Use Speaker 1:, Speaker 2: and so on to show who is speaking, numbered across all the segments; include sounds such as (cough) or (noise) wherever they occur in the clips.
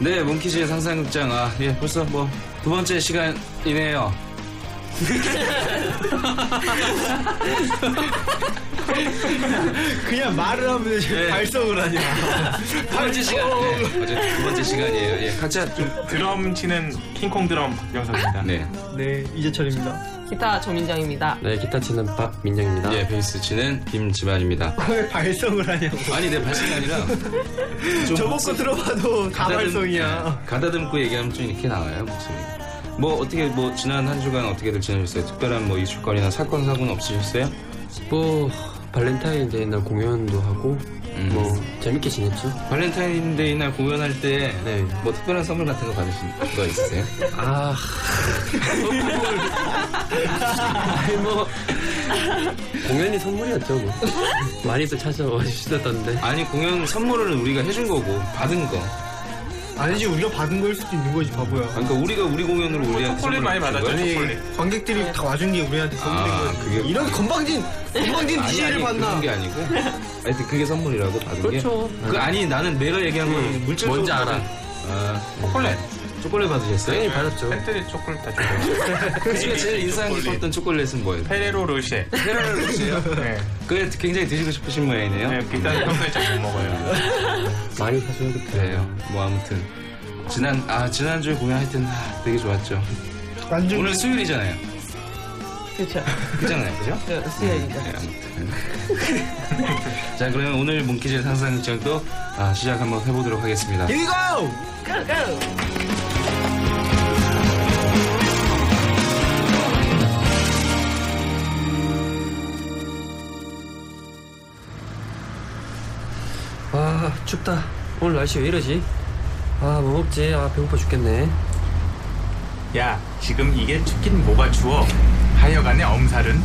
Speaker 1: 네, 몽키즈의 상상극장. 아, 예, 벌써 뭐, 두 번째 시간이네요.
Speaker 2: 그냥 말을 하면 되지
Speaker 1: 예.
Speaker 2: 발성을 하냐
Speaker 1: 두 번째 시간. 네, 어제 두 번째 시간이에요. 예, 각자 좀.
Speaker 3: 드럼 치는 킹콩 드럼 박영석입니다.
Speaker 1: 네.
Speaker 2: 네 이재철입니다
Speaker 4: 기타 조민정입니다.
Speaker 5: 네, 기타 치는 박민영입니다.
Speaker 1: 예, 베이스 치는 김지만입니다.
Speaker 2: 아. 왜 발성을 하냐고
Speaker 1: 아니, 내 발성이 아니라. 좀
Speaker 2: 저번 거 들어봐도 다
Speaker 1: 가다듬-
Speaker 2: 발성이야
Speaker 1: 예, 가다듬고 얘기하면 좀 이렇게 나와요, 목소리. 뭐, 어떻게, 뭐, 지난 한 주간 어떻게들 지내셨어요? 특별한 뭐, 이슈거리나 사건, 사고는 없으셨어요?
Speaker 5: 뭐 발렌타인데이 날 공연도 하고
Speaker 1: 음.
Speaker 5: 뭐 재밌게 지냈죠?
Speaker 1: 발렌타인데이 날 공연할 때,
Speaker 5: 네.
Speaker 1: 뭐, 특별한 선물 같은 거 받으신 거 있으세요?
Speaker 5: 아, 아니 뭐 공연이 선물이었죠 뭐. 많이들 찾아와 주시던데.
Speaker 1: 아니 공연 선물을 우리가 해준 거고 받은 거
Speaker 2: 아니지 우리가 받은 거일 수도 있는 거지 바보야
Speaker 1: 그러니까 우리가 우리 공연으로 우리한테
Speaker 3: 초콜릿
Speaker 1: 선물을 준
Speaker 3: 많이
Speaker 1: 거야?
Speaker 3: 받았죠?
Speaker 2: 아니
Speaker 3: 초콜릿.
Speaker 2: 관객들이 다 와준 게 우리한테 선물인
Speaker 1: 아,
Speaker 2: 거야
Speaker 1: 그게-
Speaker 2: 이런 건방진 건방진
Speaker 1: 아니
Speaker 2: DJ를
Speaker 1: 아니
Speaker 2: 봤나
Speaker 1: 그런 게 아니고 하여튼 그게 선물이라고 받은
Speaker 5: 그렇죠.
Speaker 1: 게 그, 아니 나는 내가 얘기한 건 물질적으로
Speaker 5: 뭔지 알아.
Speaker 1: 받은- 아, 초콜릿 초콜릿 받으셨어요?
Speaker 6: 네.
Speaker 5: 당연히 받았죠.
Speaker 3: 팬들이 초콜릿 다 줬어요.
Speaker 1: 그 중에 제일 인상
Speaker 3: 초콜릿.
Speaker 1: 깊었던 초콜릿은 뭐예요?
Speaker 3: (laughs) 페레로 로쉐.
Speaker 1: 페라를 보세요
Speaker 3: 네.
Speaker 1: 그게 굉장히 드시고 싶으신 모양이네요
Speaker 3: 네, 비타는 평소에 잘 못 먹어요.
Speaker 5: 많이 사줘야겠다.
Speaker 1: 그래요 뭐 아무튼 지난 아 지난주에 공연 하여튼 아, 되게 좋았죠
Speaker 2: 완전
Speaker 1: 오늘 수요일이잖아요
Speaker 4: 그렇죠.
Speaker 1: 그잖아요 그죠?
Speaker 4: 수혜이죠.
Speaker 1: 네, 아무튼. (laughs) 자, 그러면 오늘 몽키즈의 상상극장도 아, 시작 한번 해보도록 하겠습니다.
Speaker 2: Here we go!
Speaker 5: 아 춥다. 오늘 날씨 왜 이러지? 아 뭐 먹지? 아 배고파 죽겠네.
Speaker 3: 야, 지금 이게 춥긴 뭐가 추워. 하여간에 엄살은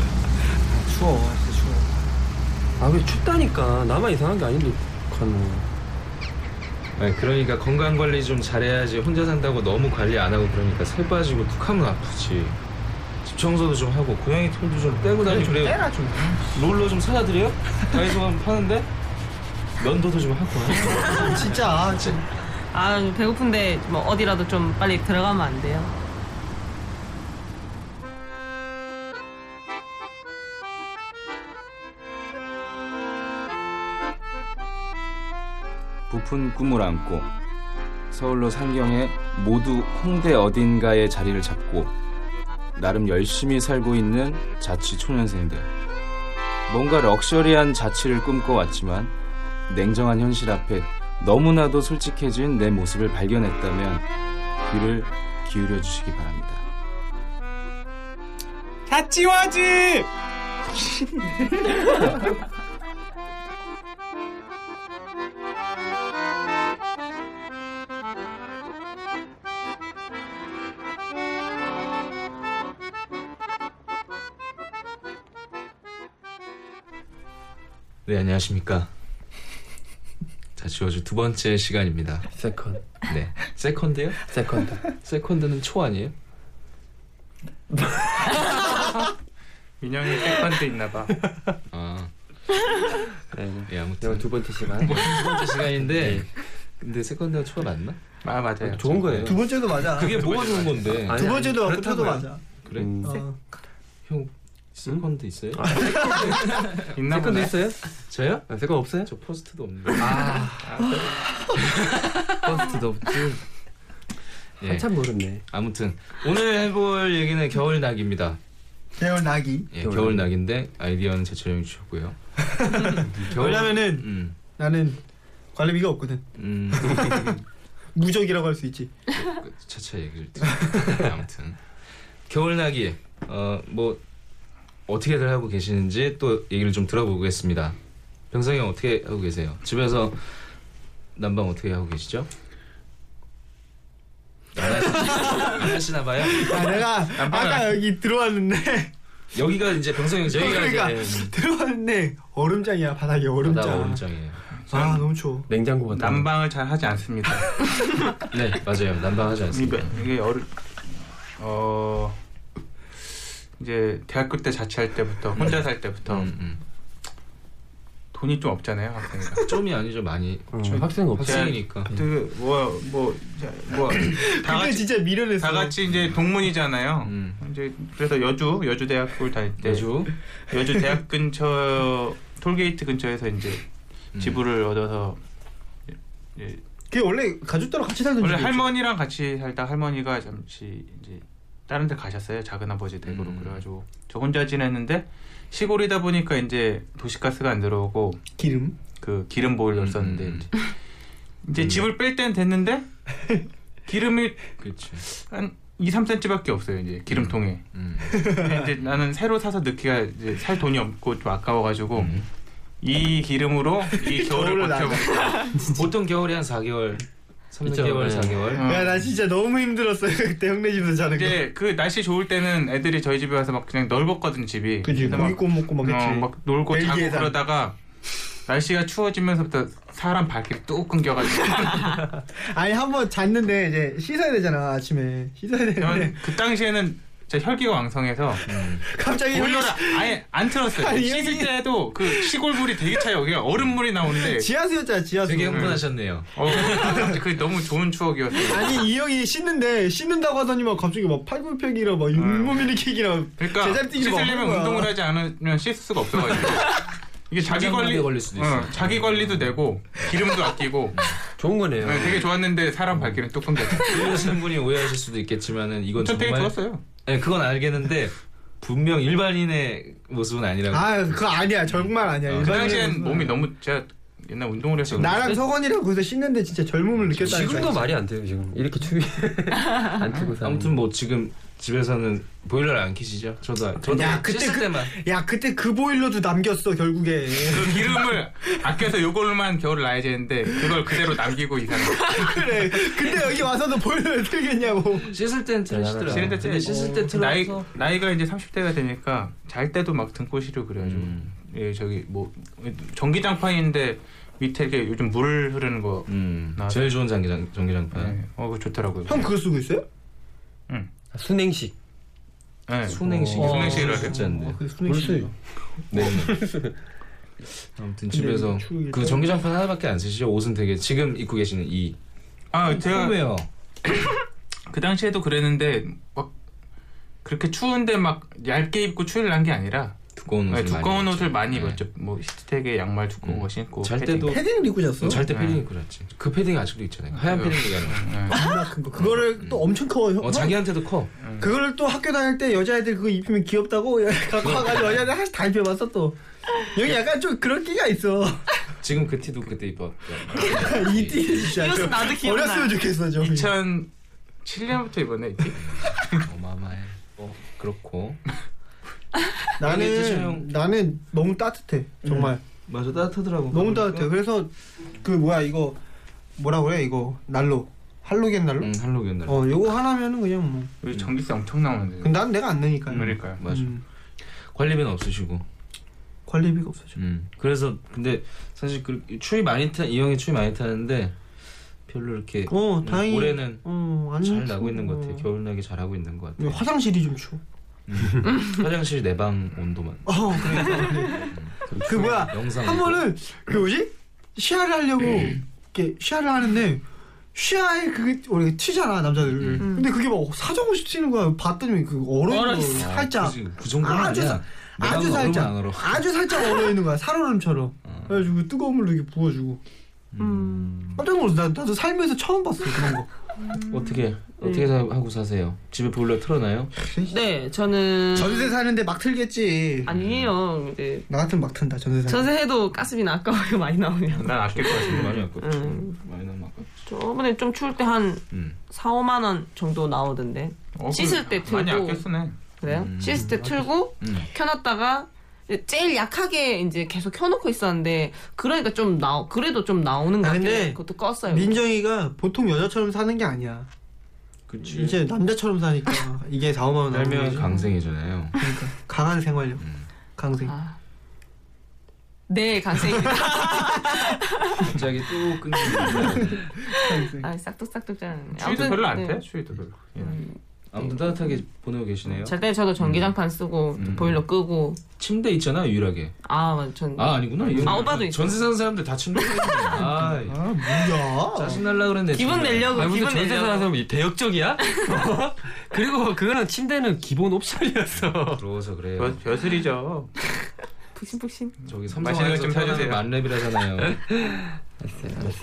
Speaker 2: 추워 진짜 추워
Speaker 5: 아 왜 춥다니까 나만 이상한 게 아닌데. 간
Speaker 1: 아니, 그러니까 건강 관리 좀 잘해야지. 혼자 산다고 너무 관리 안 하고 그러니까 살 빠지고 툭하면 아프지. 집 청소도 좀 하고 고양이 털도 좀 떼고 다니고 그래요. 떼라 좀. 롤러 좀 사다 드려요? 다이소 가면 파는데 면도도 좀 하고.
Speaker 2: 진짜 아, 진짜
Speaker 4: 아 배고픈데 뭐 어디라도 좀 빨리 들어가면 안 돼요?
Speaker 1: 부푼 꿈을 안고 서울로 상경해 모두 홍대 어딘가에 자리를 잡고 나름 열심히 살고 있는 자취 초년생들. 뭔가 럭셔리한 자취를 꿈꿔왔지만 냉정한 현실 앞에 너무나도 솔직해진 내 모습을 발견했다면 귀를 기울여 주시기 바랍니다.
Speaker 3: 자찌와지!
Speaker 1: 네, 안녕하십니까. 자취워즈 두 번째 시간입니다.
Speaker 5: 세컨
Speaker 1: 네. 세컨드요?
Speaker 5: 세컨드.
Speaker 1: 세컨드는 초 아니에요?
Speaker 3: 민영이 백반도 있나봐.
Speaker 1: 아.
Speaker 5: 네.
Speaker 1: 예, 아무튼.
Speaker 5: 이건 두 번째 시간.
Speaker 1: 두 번째 시간인데 근데 세컨드가 초가 맞나? 어,
Speaker 3: 아, 맞아요.
Speaker 5: 좋은 거예요.
Speaker 2: 두 번째도 맞아
Speaker 1: 그게 뭐가 좋은 건데?
Speaker 5: 아니,
Speaker 2: 두 번째도
Speaker 1: 아니,
Speaker 2: 맞고 또도
Speaker 1: 그렇다고요.
Speaker 2: 맞아
Speaker 1: 그래?
Speaker 5: 음.
Speaker 2: 어.
Speaker 1: 형 세컨드 있어요?
Speaker 3: 있나
Speaker 5: 세컨드
Speaker 3: 보네.
Speaker 5: 있어요?
Speaker 1: 저요?
Speaker 5: 아, 세컨 없어요?
Speaker 1: 저 포스트도 없는데. (laughs) 아,
Speaker 5: 버스트도 없지.
Speaker 1: 예.
Speaker 5: 한참 모르네.
Speaker 1: 아무튼 오늘 해볼 얘기는 겨울낙입니다.
Speaker 2: 대열 나기
Speaker 1: 예,
Speaker 5: 겨울낙.
Speaker 1: 겨울낙인데 아이디어는 제철형이 주셨고요. 겨울-
Speaker 2: 왜냐면은
Speaker 1: 음,
Speaker 2: 나는 관리비가 없거든.
Speaker 1: 음,
Speaker 2: 무적이라고 할 수 있지.
Speaker 1: (laughs) 차차 얘기를 드릴게요. 아무튼 겨울나기 어뭐 어떻게들 하고 계시는지 또 얘기를 좀 들어보겠습니다. 병성이 형 어떻게 하고 계세요? 집에서 난방 어떻게 하고 계시죠? 안 하시- (laughs) 안 하시나 봐요.
Speaker 2: 아 내가 아까 여기 들어왔는데 (laughs)
Speaker 1: 여기가 이제 병성이 형 집.
Speaker 2: 여기가 그러니까.
Speaker 1: 이제-
Speaker 2: 들어왔는데 얼음장이야 바닥에 얼음장.
Speaker 1: 바다가 오른쪽이에요.
Speaker 2: 아 너무 추워.
Speaker 3: 네.
Speaker 6: 냉장고가 남
Speaker 3: 난방을 잘 하지 않습니다.
Speaker 1: 네 맞아요. 난방하지 않습니다.
Speaker 3: 이게- 이게 어른 어 이제 대학교 때 자취할 때부터 혼자 살 때부터
Speaker 1: 음, 음.
Speaker 3: 돈이 좀 없잖아요 학생이가.
Speaker 1: 좀이 아니죠 많이
Speaker 6: 어. 학생 없
Speaker 3: 네.
Speaker 1: 학생이니까.
Speaker 3: 음. 그, 뭐, (laughs) 그뭐뭐뭐다
Speaker 2: 그때
Speaker 3: 같이
Speaker 2: 진짜 미련했어.
Speaker 3: 다 같이 이제 동문이잖아요.
Speaker 1: 음. 네.
Speaker 3: 이제 그래서 여주 여주 대학교를 다닐 때
Speaker 1: 여주
Speaker 3: 여주 대학 근처 톨게이트 근처에서 이제
Speaker 1: 음.
Speaker 3: 지불을 얻어서 이제
Speaker 2: 그게 원래 가족들하고 같이 살던
Speaker 3: 원래
Speaker 2: 집이었지.
Speaker 3: 할머니랑 같이 살다 할머니가 잠시 이제 다른 데 가셨어요 작은 아버지 댁으로
Speaker 1: 음.
Speaker 3: 그래가지고 저 혼자 지냈는데 시골이다 보니까 이제 도시가스가 안 들어오고
Speaker 2: 기름.
Speaker 3: 그 기름 보일러를
Speaker 1: 음,
Speaker 3: 썼는데
Speaker 1: 음,
Speaker 3: 이제, 이제 집을 뺄 땐 됐는데 기름이
Speaker 1: 그렇죠.
Speaker 3: 한 2, 3cm밖에 없어요 이제 기름통에
Speaker 1: 음.
Speaker 3: 근데 이제 나는 새로 사서 넣기가 이제 살 돈이 없고 좀 아까워가지고
Speaker 1: 음.
Speaker 3: 이 기름으로 이 겨울을
Speaker 2: 겨울을 안
Speaker 3: 버텨본
Speaker 1: 보통 겨울이 한 4개월, 3,
Speaker 6: 그쵸,
Speaker 1: 6개월,
Speaker 6: 네.
Speaker 1: 4개월.
Speaker 3: 어.
Speaker 2: 야 나 진짜 너무 힘들었어요 (laughs) 그때 형네 집에서 자는 거.
Speaker 3: 이제 그 날씨 좋을 때는 애들이 저희 집에 와서 막 그냥 넓었거든 집이.
Speaker 2: 그지
Speaker 3: 근데
Speaker 2: 고기
Speaker 3: 막,
Speaker 2: 구 먹고 막 했지.
Speaker 3: 어, 막 놀고 자고
Speaker 2: 벨기에산.
Speaker 3: 그러다가 날씨가 추워지면서부터 사람 발길이 뚝 끊겨가지고
Speaker 2: 아니 한 번 잤는데 이제 씻어야 되잖아 아침에 씻어야 되는데
Speaker 3: 저는 그 당시에는 진짜 혈기가 왕성해서
Speaker 2: 갑자기
Speaker 3: 보일러를 아예 안 틀었어요.
Speaker 2: 아니,
Speaker 3: 씻을
Speaker 2: 여기-
Speaker 3: 때도 그 시골물이 되게 차요. 여기가 얼음물이 나오는데
Speaker 2: 지하수였잖아 지하수.
Speaker 1: 되게 흥분하셨네요. 음.
Speaker 3: 어, 그게 너무 좋은 추억이었어요.
Speaker 2: 아니 이 형이 씻는데 씻는다고 하더니만 갑자기 막 팔굽혀기랑 막
Speaker 1: 아.
Speaker 2: 잇몸 일으키기랑
Speaker 3: 그러니까
Speaker 2: 제자리 뛰기를
Speaker 3: 씻으려면
Speaker 2: 막뭐 하는 거야.
Speaker 3: 운동을 하지 않으면 씻을 수가 없어가지고 이게 자기 관리
Speaker 1: 장염에 걸릴 수도
Speaker 3: 어,
Speaker 1: 있어요.
Speaker 3: 자기 관리도 되고 기름도 아끼고
Speaker 6: 좋은 거네요.
Speaker 3: 네, 되게 좋았는데 사람 발길은 뚝 끊겼어요.
Speaker 1: 들으시는 분이 오해하실 수도 있겠지만은 이건
Speaker 3: 전
Speaker 1: 정말
Speaker 3: 되게 좋았어요.
Speaker 1: 네, 그건 알겠는데 분명 일반인의 모습은 아니라고.
Speaker 2: 아 그거 아니야 정말 아니야.
Speaker 1: 어,
Speaker 3: 그
Speaker 2: 일반인은
Speaker 3: 당시엔
Speaker 2: 무슨-
Speaker 3: 몸이 너무 제가 옛날 운동을 해서
Speaker 2: 나랑 성원이랑 거기서 씻는데 진짜 젊음을 느꼈다.
Speaker 1: 뭐
Speaker 6: 지금도 말이 안 돼요 지금 이렇게 추위 안 틀고 사.
Speaker 1: 아무튼 뭐 지금 집에서는 보일러를 안 켜시죠? 저도 저도
Speaker 2: 야, 그때
Speaker 1: 씻을
Speaker 2: 그-
Speaker 1: 때만
Speaker 2: 야 그때 그 보일러도 남겼어 결국에.
Speaker 3: 그 기름을 아껴서 요걸로만 겨울 나야지 했는데 그걸 그대로 남기고 이사를
Speaker 2: 그래. 근데 여기 와서도 보일러를 틀겠냐고.
Speaker 1: 씻을 땐 틀시더라고요.
Speaker 3: 씻을 때
Speaker 1: 근데 씻을 때
Speaker 3: 나이
Speaker 1: 틀어서
Speaker 3: 나이가 이제 30대가 되니까 잘 때도 막 등골 시려 그래가지고
Speaker 1: 음.
Speaker 3: 예 저기 뭐 전기장판인데 밑에 이렇게 요즘 물 흐르는 거
Speaker 1: 음,
Speaker 3: 나도.
Speaker 1: 제일 좋은 전기장 전기장판.
Speaker 3: 네. 어, 그거 좋더라고요.
Speaker 2: 형 그거 쓰고 있어요?
Speaker 6: 순행식
Speaker 3: 네.
Speaker 1: 수냉식
Speaker 3: 어, 수냉식이라 그래요?
Speaker 1: 진짜인데.
Speaker 2: 그 순행식이요.
Speaker 1: 뭐 네. 아무튼 집에서
Speaker 2: 추위에
Speaker 1: 그
Speaker 2: 또-
Speaker 1: 전기장판 하나밖에 안 쓰시죠? 옷은 되게 지금 입고 계시는 이
Speaker 3: 아 제가
Speaker 1: 홈웨어.
Speaker 3: 그 당시에도 그랬는데 막 그렇게 추운데 막 얇게 입고 추위를 난 게 아니라
Speaker 1: 두꺼운
Speaker 3: 네,
Speaker 1: 옷을
Speaker 3: 두꺼운
Speaker 1: 많이
Speaker 3: 옷을 많이
Speaker 1: 입죠. 뭐
Speaker 3: 입었죠. 뭐 히트텍에 양말
Speaker 1: 음.
Speaker 3: 두꺼운 거 신고
Speaker 1: 잘
Speaker 3: 패딩.
Speaker 1: 때도
Speaker 2: 패딩을 입고 잤어?
Speaker 1: 잘 때 패딩
Speaker 3: 네.
Speaker 1: 입고 잤지. 그 패딩 아직도 있잖아요. 하얀
Speaker 3: 그래요.
Speaker 1: 패딩 얘기하는 거.
Speaker 3: 네.
Speaker 2: 존나 큰 거. 그거를 또 엄청 커. 형.
Speaker 1: 어, 자기한테도 커.
Speaker 2: 그거를 또 학교 다닐 때 여자애들 그거 입히면 귀엽다고 (laughs) 갖고 와가지고 여자애들 하나씩 다 입혀봤어 또. 여기 약간 좀 그런 끼가 있어. (laughs)
Speaker 1: 지금 그 티도 그때 입었고.
Speaker 2: 이띠 진짜.
Speaker 4: 이것은
Speaker 2: 좀
Speaker 4: 나도 기억나.
Speaker 2: 어렸으면 좋겠어 좀.
Speaker 3: 2007년부터 입었네 이게.
Speaker 1: 어마마해. 어, 그렇고.
Speaker 2: 나는 나는 너무 따뜻해 정말.
Speaker 1: 맞아 따뜻하더라고. 그러니까.
Speaker 2: 너무 따뜻해. 그래서 그 뭐야 이거 뭐라 그래 이거 난로 할로겐 난로.
Speaker 1: 응, 할로겐 날.
Speaker 2: 어 요거 하나면은 그냥 뭐.
Speaker 3: 우리 전기세 엄청 나오는데.
Speaker 2: 근데 난 내가 안 내니까요.
Speaker 3: 그러니까요.
Speaker 1: 맞아.
Speaker 2: 음,
Speaker 1: 관리비는 없으시고.
Speaker 2: 관리비가 없어져.
Speaker 1: 음. 그래서 근데 사실 그 추위 많이 타 이 형이 추위 많이 타는데 별로 이렇게
Speaker 2: 어
Speaker 1: 음,
Speaker 2: 다행히.
Speaker 1: 올해는
Speaker 2: 어안
Speaker 1: 잘 나고 있는 것 같아요. 겨울 나기 잘 하고 있는 것 같아요.
Speaker 2: 화장실이 좀 추워.
Speaker 1: 화장실 내방 온도만.
Speaker 2: 어 그러니까. 그 뭐야,
Speaker 1: 영상
Speaker 2: 한 번은 그 뭐지 시야를 하려고 이렇게 시야를 하는데 시야에 그게 원래 튀잖아 남자들.
Speaker 1: 음.
Speaker 2: 근데 그게 막 사정없이 튀는 거야. 봤더니 그 얼어 있는 거 살짝
Speaker 1: 그 정도는
Speaker 2: 아주
Speaker 1: 아니야. 내방은
Speaker 2: 아주
Speaker 1: 얼음은
Speaker 2: 살짝
Speaker 1: 안 얼어.
Speaker 2: 아주 살짝 얼어 있는 거야. 살얼음처럼.
Speaker 1: 어.
Speaker 2: 그래가지고 뜨거운 물로 이렇게 부어주고
Speaker 4: 음.
Speaker 2: 깜짝 놀랐어. 나, 나도 살면서 처음 봤어 그런 거.
Speaker 7: 어떻게 어떻게 사- 하고 사세요? 집에 보일러 틀어놔요?
Speaker 4: 네, 저는
Speaker 2: (laughs) 전세 사는데 막 틀겠지.
Speaker 4: 아니에요. 이제
Speaker 2: 나 같으면 막 튼다 전세 사.
Speaker 4: 전세해도 가스비는 아까워요 (laughs) 많이 나오면.
Speaker 3: 난 아낄 것 같은데.
Speaker 1: 많이 아깝죠.
Speaker 4: 음.
Speaker 1: 많이 남아 아깝죠.
Speaker 4: 저번에 좀 추울 때 한
Speaker 1: 음.
Speaker 4: 4, 5만 원 정도 나오던데.
Speaker 3: 어,
Speaker 4: 씻을 때
Speaker 3: 그- 많이
Speaker 4: 들고.
Speaker 3: 아껴 쓰네.
Speaker 4: 그래요?
Speaker 1: 음.
Speaker 4: 씻을 때 틀고
Speaker 1: 음.
Speaker 4: 켜놨다가 제일 약하게 이제 계속 켜놓고 있었는데 그러니까 좀 나, 그래도 좀 나오는 것
Speaker 2: 아,
Speaker 4: 같아요.
Speaker 2: 근데
Speaker 4: 그것도 껐어요.
Speaker 2: 민정이가 보통 여자처럼 사는 게 아니야.
Speaker 1: 그치.
Speaker 2: 이제 남자처럼 사니까 이게 4, 5만 원 나오는
Speaker 1: 살면
Speaker 2: 거지.
Speaker 1: 강생이잖아요.
Speaker 2: 그러니까 강한 생활력. 강생.
Speaker 4: 아. 네,
Speaker 1: (laughs)
Speaker 4: 강생입니다.
Speaker 1: 갑자기 또 끊기는데
Speaker 2: 강생.
Speaker 4: 아, 싹둑싹둑 짜는. 네.
Speaker 3: 추위도 별로 안 돼. 추위도 별로. 예.
Speaker 1: 아무튼 따뜻하게 보내고 계시네요.
Speaker 4: 잘때 음. 저도 전기장판 쓰고
Speaker 1: 음.
Speaker 4: 보일러 끄고
Speaker 1: 침대 있잖아 유일하게.
Speaker 4: 아, 맞아. 전
Speaker 1: 아 아니구나. 이건
Speaker 4: 아, 오빠도 있어.
Speaker 1: 전세 사는 사람들 다 침대. 있네. 아
Speaker 2: 아 뭐야?
Speaker 1: 짜증 날라 그랬네.
Speaker 4: 기분
Speaker 1: 정말.
Speaker 4: 내려고
Speaker 6: 아니 무슨
Speaker 4: 기분
Speaker 6: 전세 사는
Speaker 4: 내려고.
Speaker 6: 사람 이 대역적이야? (laughs) 그리고 그거는 침대는 기본 옵션이었어.
Speaker 1: 부러워서 그래요.
Speaker 3: 벼- 벼슬이죠.
Speaker 4: 푹신푹신.
Speaker 1: 저기
Speaker 3: 맛있는
Speaker 1: 삼성에서
Speaker 3: 거좀
Speaker 1: 태어나서
Speaker 3: 사주세요.
Speaker 4: (laughs)
Speaker 1: 만렙이라잖아요. 그럼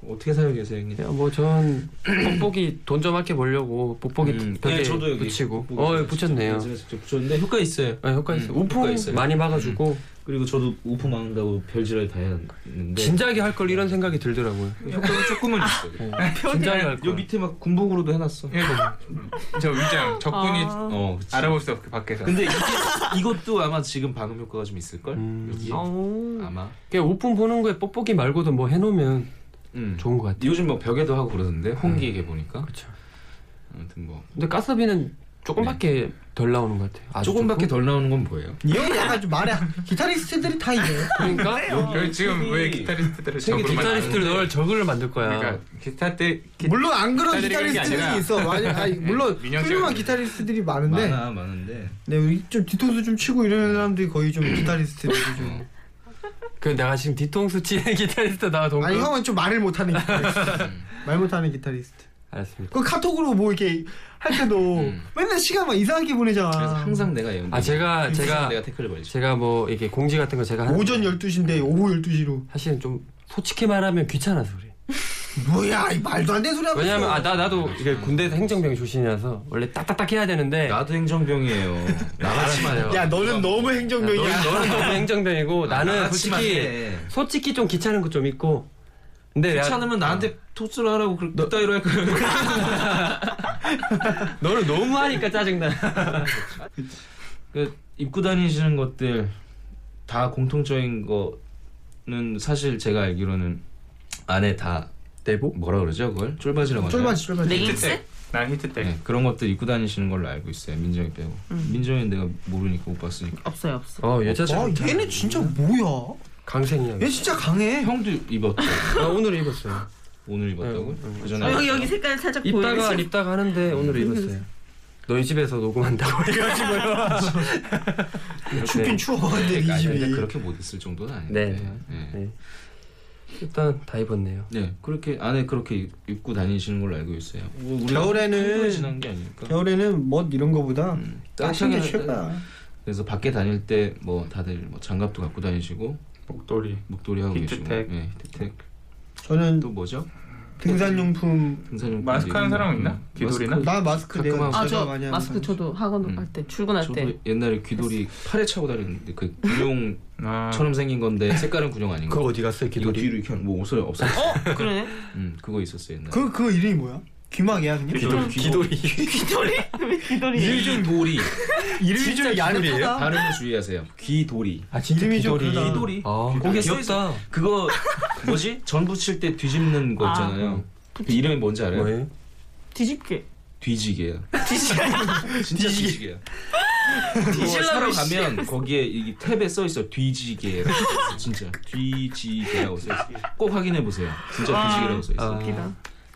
Speaker 1: 그- 어떻게 살고 계세요 형님?
Speaker 6: 뭐전 돋보기 돈 좀 아껴 보려고 돋보기
Speaker 1: 음. 예, 네,
Speaker 6: 벽에 붙이고 어 붙였네요.
Speaker 1: 직접 붙였는데 효과 있어요.
Speaker 6: 아, 효과 있어.
Speaker 1: 음,
Speaker 6: 요 우풍
Speaker 1: 효과 있어요.
Speaker 6: 많이 막아주고
Speaker 1: 그리고 저도 우프 막는다고 별지랄 다 했는데
Speaker 6: 진작에 할 걸 이런 생각이 들더라고요.
Speaker 1: 효과가 조금은 있어요.
Speaker 6: 진작에 할
Speaker 1: 요
Speaker 6: 걸.
Speaker 1: 밑에 막 군복으로도 해놨어.
Speaker 3: 저 위장 적군이
Speaker 4: 아.
Speaker 1: 어, 그치.
Speaker 3: 알아볼 수 없게 밖에서.
Speaker 1: 근데 이게, 이것도 아마 지금 방음 효과가 좀 있을 걸.
Speaker 6: 음.
Speaker 1: 여기에
Speaker 4: 어우.
Speaker 1: 아마.
Speaker 6: 그냥 오픈 보는 거에 뽁뽁이 말고도 뭐 해놓으면
Speaker 1: 음.
Speaker 6: 좋은 것 같아요.
Speaker 1: 요즘 뭐 벽에도 하고 그러던데 홍기 이게 보니까.
Speaker 6: 그쵸.
Speaker 1: 아무튼 뭐
Speaker 6: 근데 가스비는 조금밖에 덜 나오는 것 같아요. 아주
Speaker 1: 조금밖에 덜 나오는 건 뭐예요?
Speaker 2: 이 형이 약간 좀 말해. 기타리스트들이 다 이래.
Speaker 6: 조금. 그러니까 여기
Speaker 3: 여기 지금 왜 기타리스트들을 적으로
Speaker 6: 기타리스트를 널 적을 만들 거야.
Speaker 3: 그러니까 기타 때 기,
Speaker 2: 물론 안 그런
Speaker 3: 기타리스트들이 아니라.
Speaker 2: 기타리스트들이 있어. 아니, 아니, 물론
Speaker 3: 민영 씨가
Speaker 2: 훌륭한 기타리스트들이 많은데.
Speaker 1: 많아 많은데
Speaker 2: 네, 우리 좀 뒤통수 좀 치고 이러는 사람들이 거의 좀 기타리스트들이 좀.
Speaker 6: 그 내가 지금 뒤통수 치는 (laughs) 기타리스트 나와 동급.
Speaker 2: 아니 형은 좀 말을 못하는 기타리스트. 말 못하는 기타리스트.
Speaker 6: 알았습니다.
Speaker 2: 그 카톡으로 뭐 이렇게 할 때도
Speaker 1: 음.
Speaker 2: 맨날 시간 막 이상하게 보내잖아.
Speaker 1: 그래서 항상 내가 얘
Speaker 6: 아 제가 제가
Speaker 1: 내가 태클을 걸지.
Speaker 6: 제가 뭐 이게 공지 같은 거 제가 하는데
Speaker 2: 오전 12시인데 오후 12시로.
Speaker 6: 사실은 좀 솔직히 말하면 귀찮아서 그래.
Speaker 2: 뭐야, 이 말도 안 되는 소리 하고.
Speaker 6: 왜냐면
Speaker 2: 있어.
Speaker 6: 아 나 나도 이게 군대에서 행정병 출신이라서 원래 딱딱딱 해야 되는데
Speaker 1: 나도 행정병이에요. 나같이 말해요.
Speaker 2: 야, 너는 너무 행정적이야.
Speaker 6: 너는 너무 행정병이고 나는
Speaker 1: 어, 아, 나같이만
Speaker 6: 솔직히
Speaker 1: 해.
Speaker 6: 솔직히 좀 귀찮은 거 좀 있고. 근데 내가
Speaker 1: 귀찮으면 나한테 토스를 하라고 그렇게 따위로 할 거예요.
Speaker 6: 너를 너무 하니까 짜증나.
Speaker 1: 그 입고 다니시는 것들 다 공통적인 거는 사실 제가 알기로는 안에 다
Speaker 6: 내복?
Speaker 1: 뭐라 그러죠 그걸 쫄바지라고 하죠.
Speaker 2: 쫄바지, 쫄바지.
Speaker 4: 레깅스?
Speaker 3: 난 히트 때.
Speaker 1: 네, 음. 그런 것들 입고 다니시는 걸로 알고 있어요. 민정이 빼고. 민정이는 내가 모르니까 못 봤으니까.
Speaker 4: 없어요, 없어.
Speaker 6: 어 여자
Speaker 2: 아,
Speaker 6: 잘
Speaker 2: 얘네 진짜 뭐야?
Speaker 6: 강생이야.
Speaker 2: 얘 진짜 강해.
Speaker 1: 네, 형도 (laughs) 입었죠.
Speaker 6: 나 오늘 입었어요.
Speaker 1: 오늘 입었다고?
Speaker 6: 네, 네.
Speaker 1: 그전에
Speaker 4: 어, 여기 여기 색깔 살짝
Speaker 6: 입다가
Speaker 4: 보이시죠?
Speaker 6: 입다가 하는데 오늘 입었어요. 너희 집에서 녹음한다고 해가지고요.
Speaker 2: 춥긴 추워. 근데 이
Speaker 1: 아니, 근데
Speaker 2: 집이.
Speaker 1: 네. 그러니까 그렇게 못 있을 정도는 아닌데.
Speaker 6: 네.
Speaker 1: 네.
Speaker 6: 네. 일단 다 입었네요.
Speaker 1: 네, 그렇게 안에 그렇게 입고 다니시는 걸로 알고 있어요. 뭐 우리가 한국을
Speaker 2: 겨울에는
Speaker 1: 지난 음, 게 아닐까?
Speaker 2: 겨울에는 멋 이런 거보다 따신 게
Speaker 1: 따뜻하게
Speaker 2: 최고야.
Speaker 1: 그래서 밖에 다닐 때 뭐 다들 뭐 장갑도 갖고 다니시고
Speaker 3: 목도리.
Speaker 1: 목도리 하고 계시고.
Speaker 3: 히트텍.
Speaker 1: 네, 히트텍.
Speaker 2: 저는
Speaker 1: 또 뭐죠?
Speaker 2: 등산용품
Speaker 1: 등산용 음,
Speaker 3: 마스크 하는 사람은 있나? 귀돌이나?
Speaker 2: 나 마스크
Speaker 1: 가끔
Speaker 2: 내가
Speaker 1: 하고.
Speaker 4: 아,
Speaker 2: 진짜
Speaker 4: 저
Speaker 2: 많이 하는
Speaker 4: 마스크
Speaker 2: 사람.
Speaker 4: 저도 학원
Speaker 1: 음.
Speaker 4: 갈 때, 출근할 때.
Speaker 1: (laughs) 저도 옛날에 귀돌이 팔에 차고 다녔는데 그 군용처럼
Speaker 3: 아.
Speaker 1: 생긴
Speaker 6: (laughs)
Speaker 1: 건데 색깔은 군용 아닌 거.
Speaker 6: 어디 갔어요?
Speaker 1: 이거 뒤로 이렇게 하는 뭐 옷을 없어.
Speaker 4: 어, 그러네.
Speaker 1: 음, 그거 있었어 옛날에.
Speaker 2: 그, 그 이름이 뭐야? 귀막이야 그냥?
Speaker 6: 기돌이.
Speaker 1: 귀돌이.
Speaker 2: 이름이 좀 야릇하다
Speaker 1: 발음을 주의하세요. 귀돌이.
Speaker 6: 아 진짜
Speaker 2: 이름이 좀
Speaker 6: 기돌이.
Speaker 2: 그러다.
Speaker 1: 귀돌이.
Speaker 6: 아
Speaker 1: 거기에
Speaker 6: 거기
Speaker 1: 써
Speaker 6: 귀엽다.
Speaker 1: 그거 뭐지? 전 부칠 때 뒤집는 거
Speaker 4: 아.
Speaker 1: 있잖아요. 그 이름이 뭔지 알아요?
Speaker 6: 뭐예요?
Speaker 4: 뒤집게.
Speaker 1: 뒤지개요. 뒤지개. (laughs) 진짜 뒤지개요. 사러
Speaker 4: 뒤질라고 씨.
Speaker 1: 가면 거기에 이 탭에 써 있어 뒤지개. 진짜 뒤지개라고 써 있어. 꼭 확인해 보세요. 진짜 뒤지개라고 써 있어.
Speaker 6: 아,
Speaker 4: 웃기다.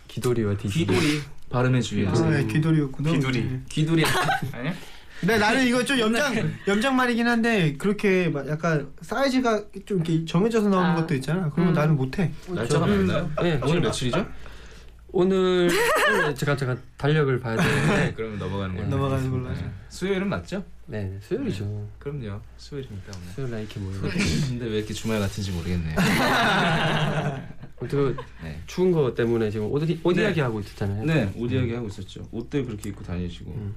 Speaker 6: 기돌이와 디지.
Speaker 1: 귀돌이 발음에 주의하세요.
Speaker 2: 아, 귀돌이였구나 네.
Speaker 3: 귀돌이.
Speaker 1: 귀돌이
Speaker 3: 아니야?
Speaker 2: 근데 나는 이거 좀
Speaker 4: (laughs) 네.
Speaker 2: 염장 염장 말이긴 한데 그렇게 막 약간 사이즈가 좀 이렇게 정해져서 나오는
Speaker 4: 아.
Speaker 2: 것도 있잖아 그런
Speaker 4: 음.
Speaker 2: 거 나는 못해
Speaker 1: 날짜가 맞나요?
Speaker 6: 네,
Speaker 1: 오늘 며칠이죠?
Speaker 6: 오늘 오늘 제가 제가 달력을 봐야 되는데
Speaker 1: 네, 그러면 넘어가는 걸로.
Speaker 2: 넘어가는 걸로
Speaker 1: 하겠습니다.
Speaker 2: 하죠.
Speaker 1: 네. 수요일은 맞죠?
Speaker 6: 네 수요일이죠.
Speaker 1: 그럼요. 수요일입니다 오늘.
Speaker 6: 수요일 날 이렇게 모여.
Speaker 1: 근데 왜 이렇게 주말 같은지 모르겠네요.
Speaker 6: 그
Speaker 1: 네.
Speaker 6: 추운 거 때문에 지금 옷, 옷
Speaker 1: 네.
Speaker 6: 이야기 하고 있었잖아요.
Speaker 1: 네, 옷 이야기 하고 있었죠. 옷도 그렇게 입고 다니시고.
Speaker 6: 음.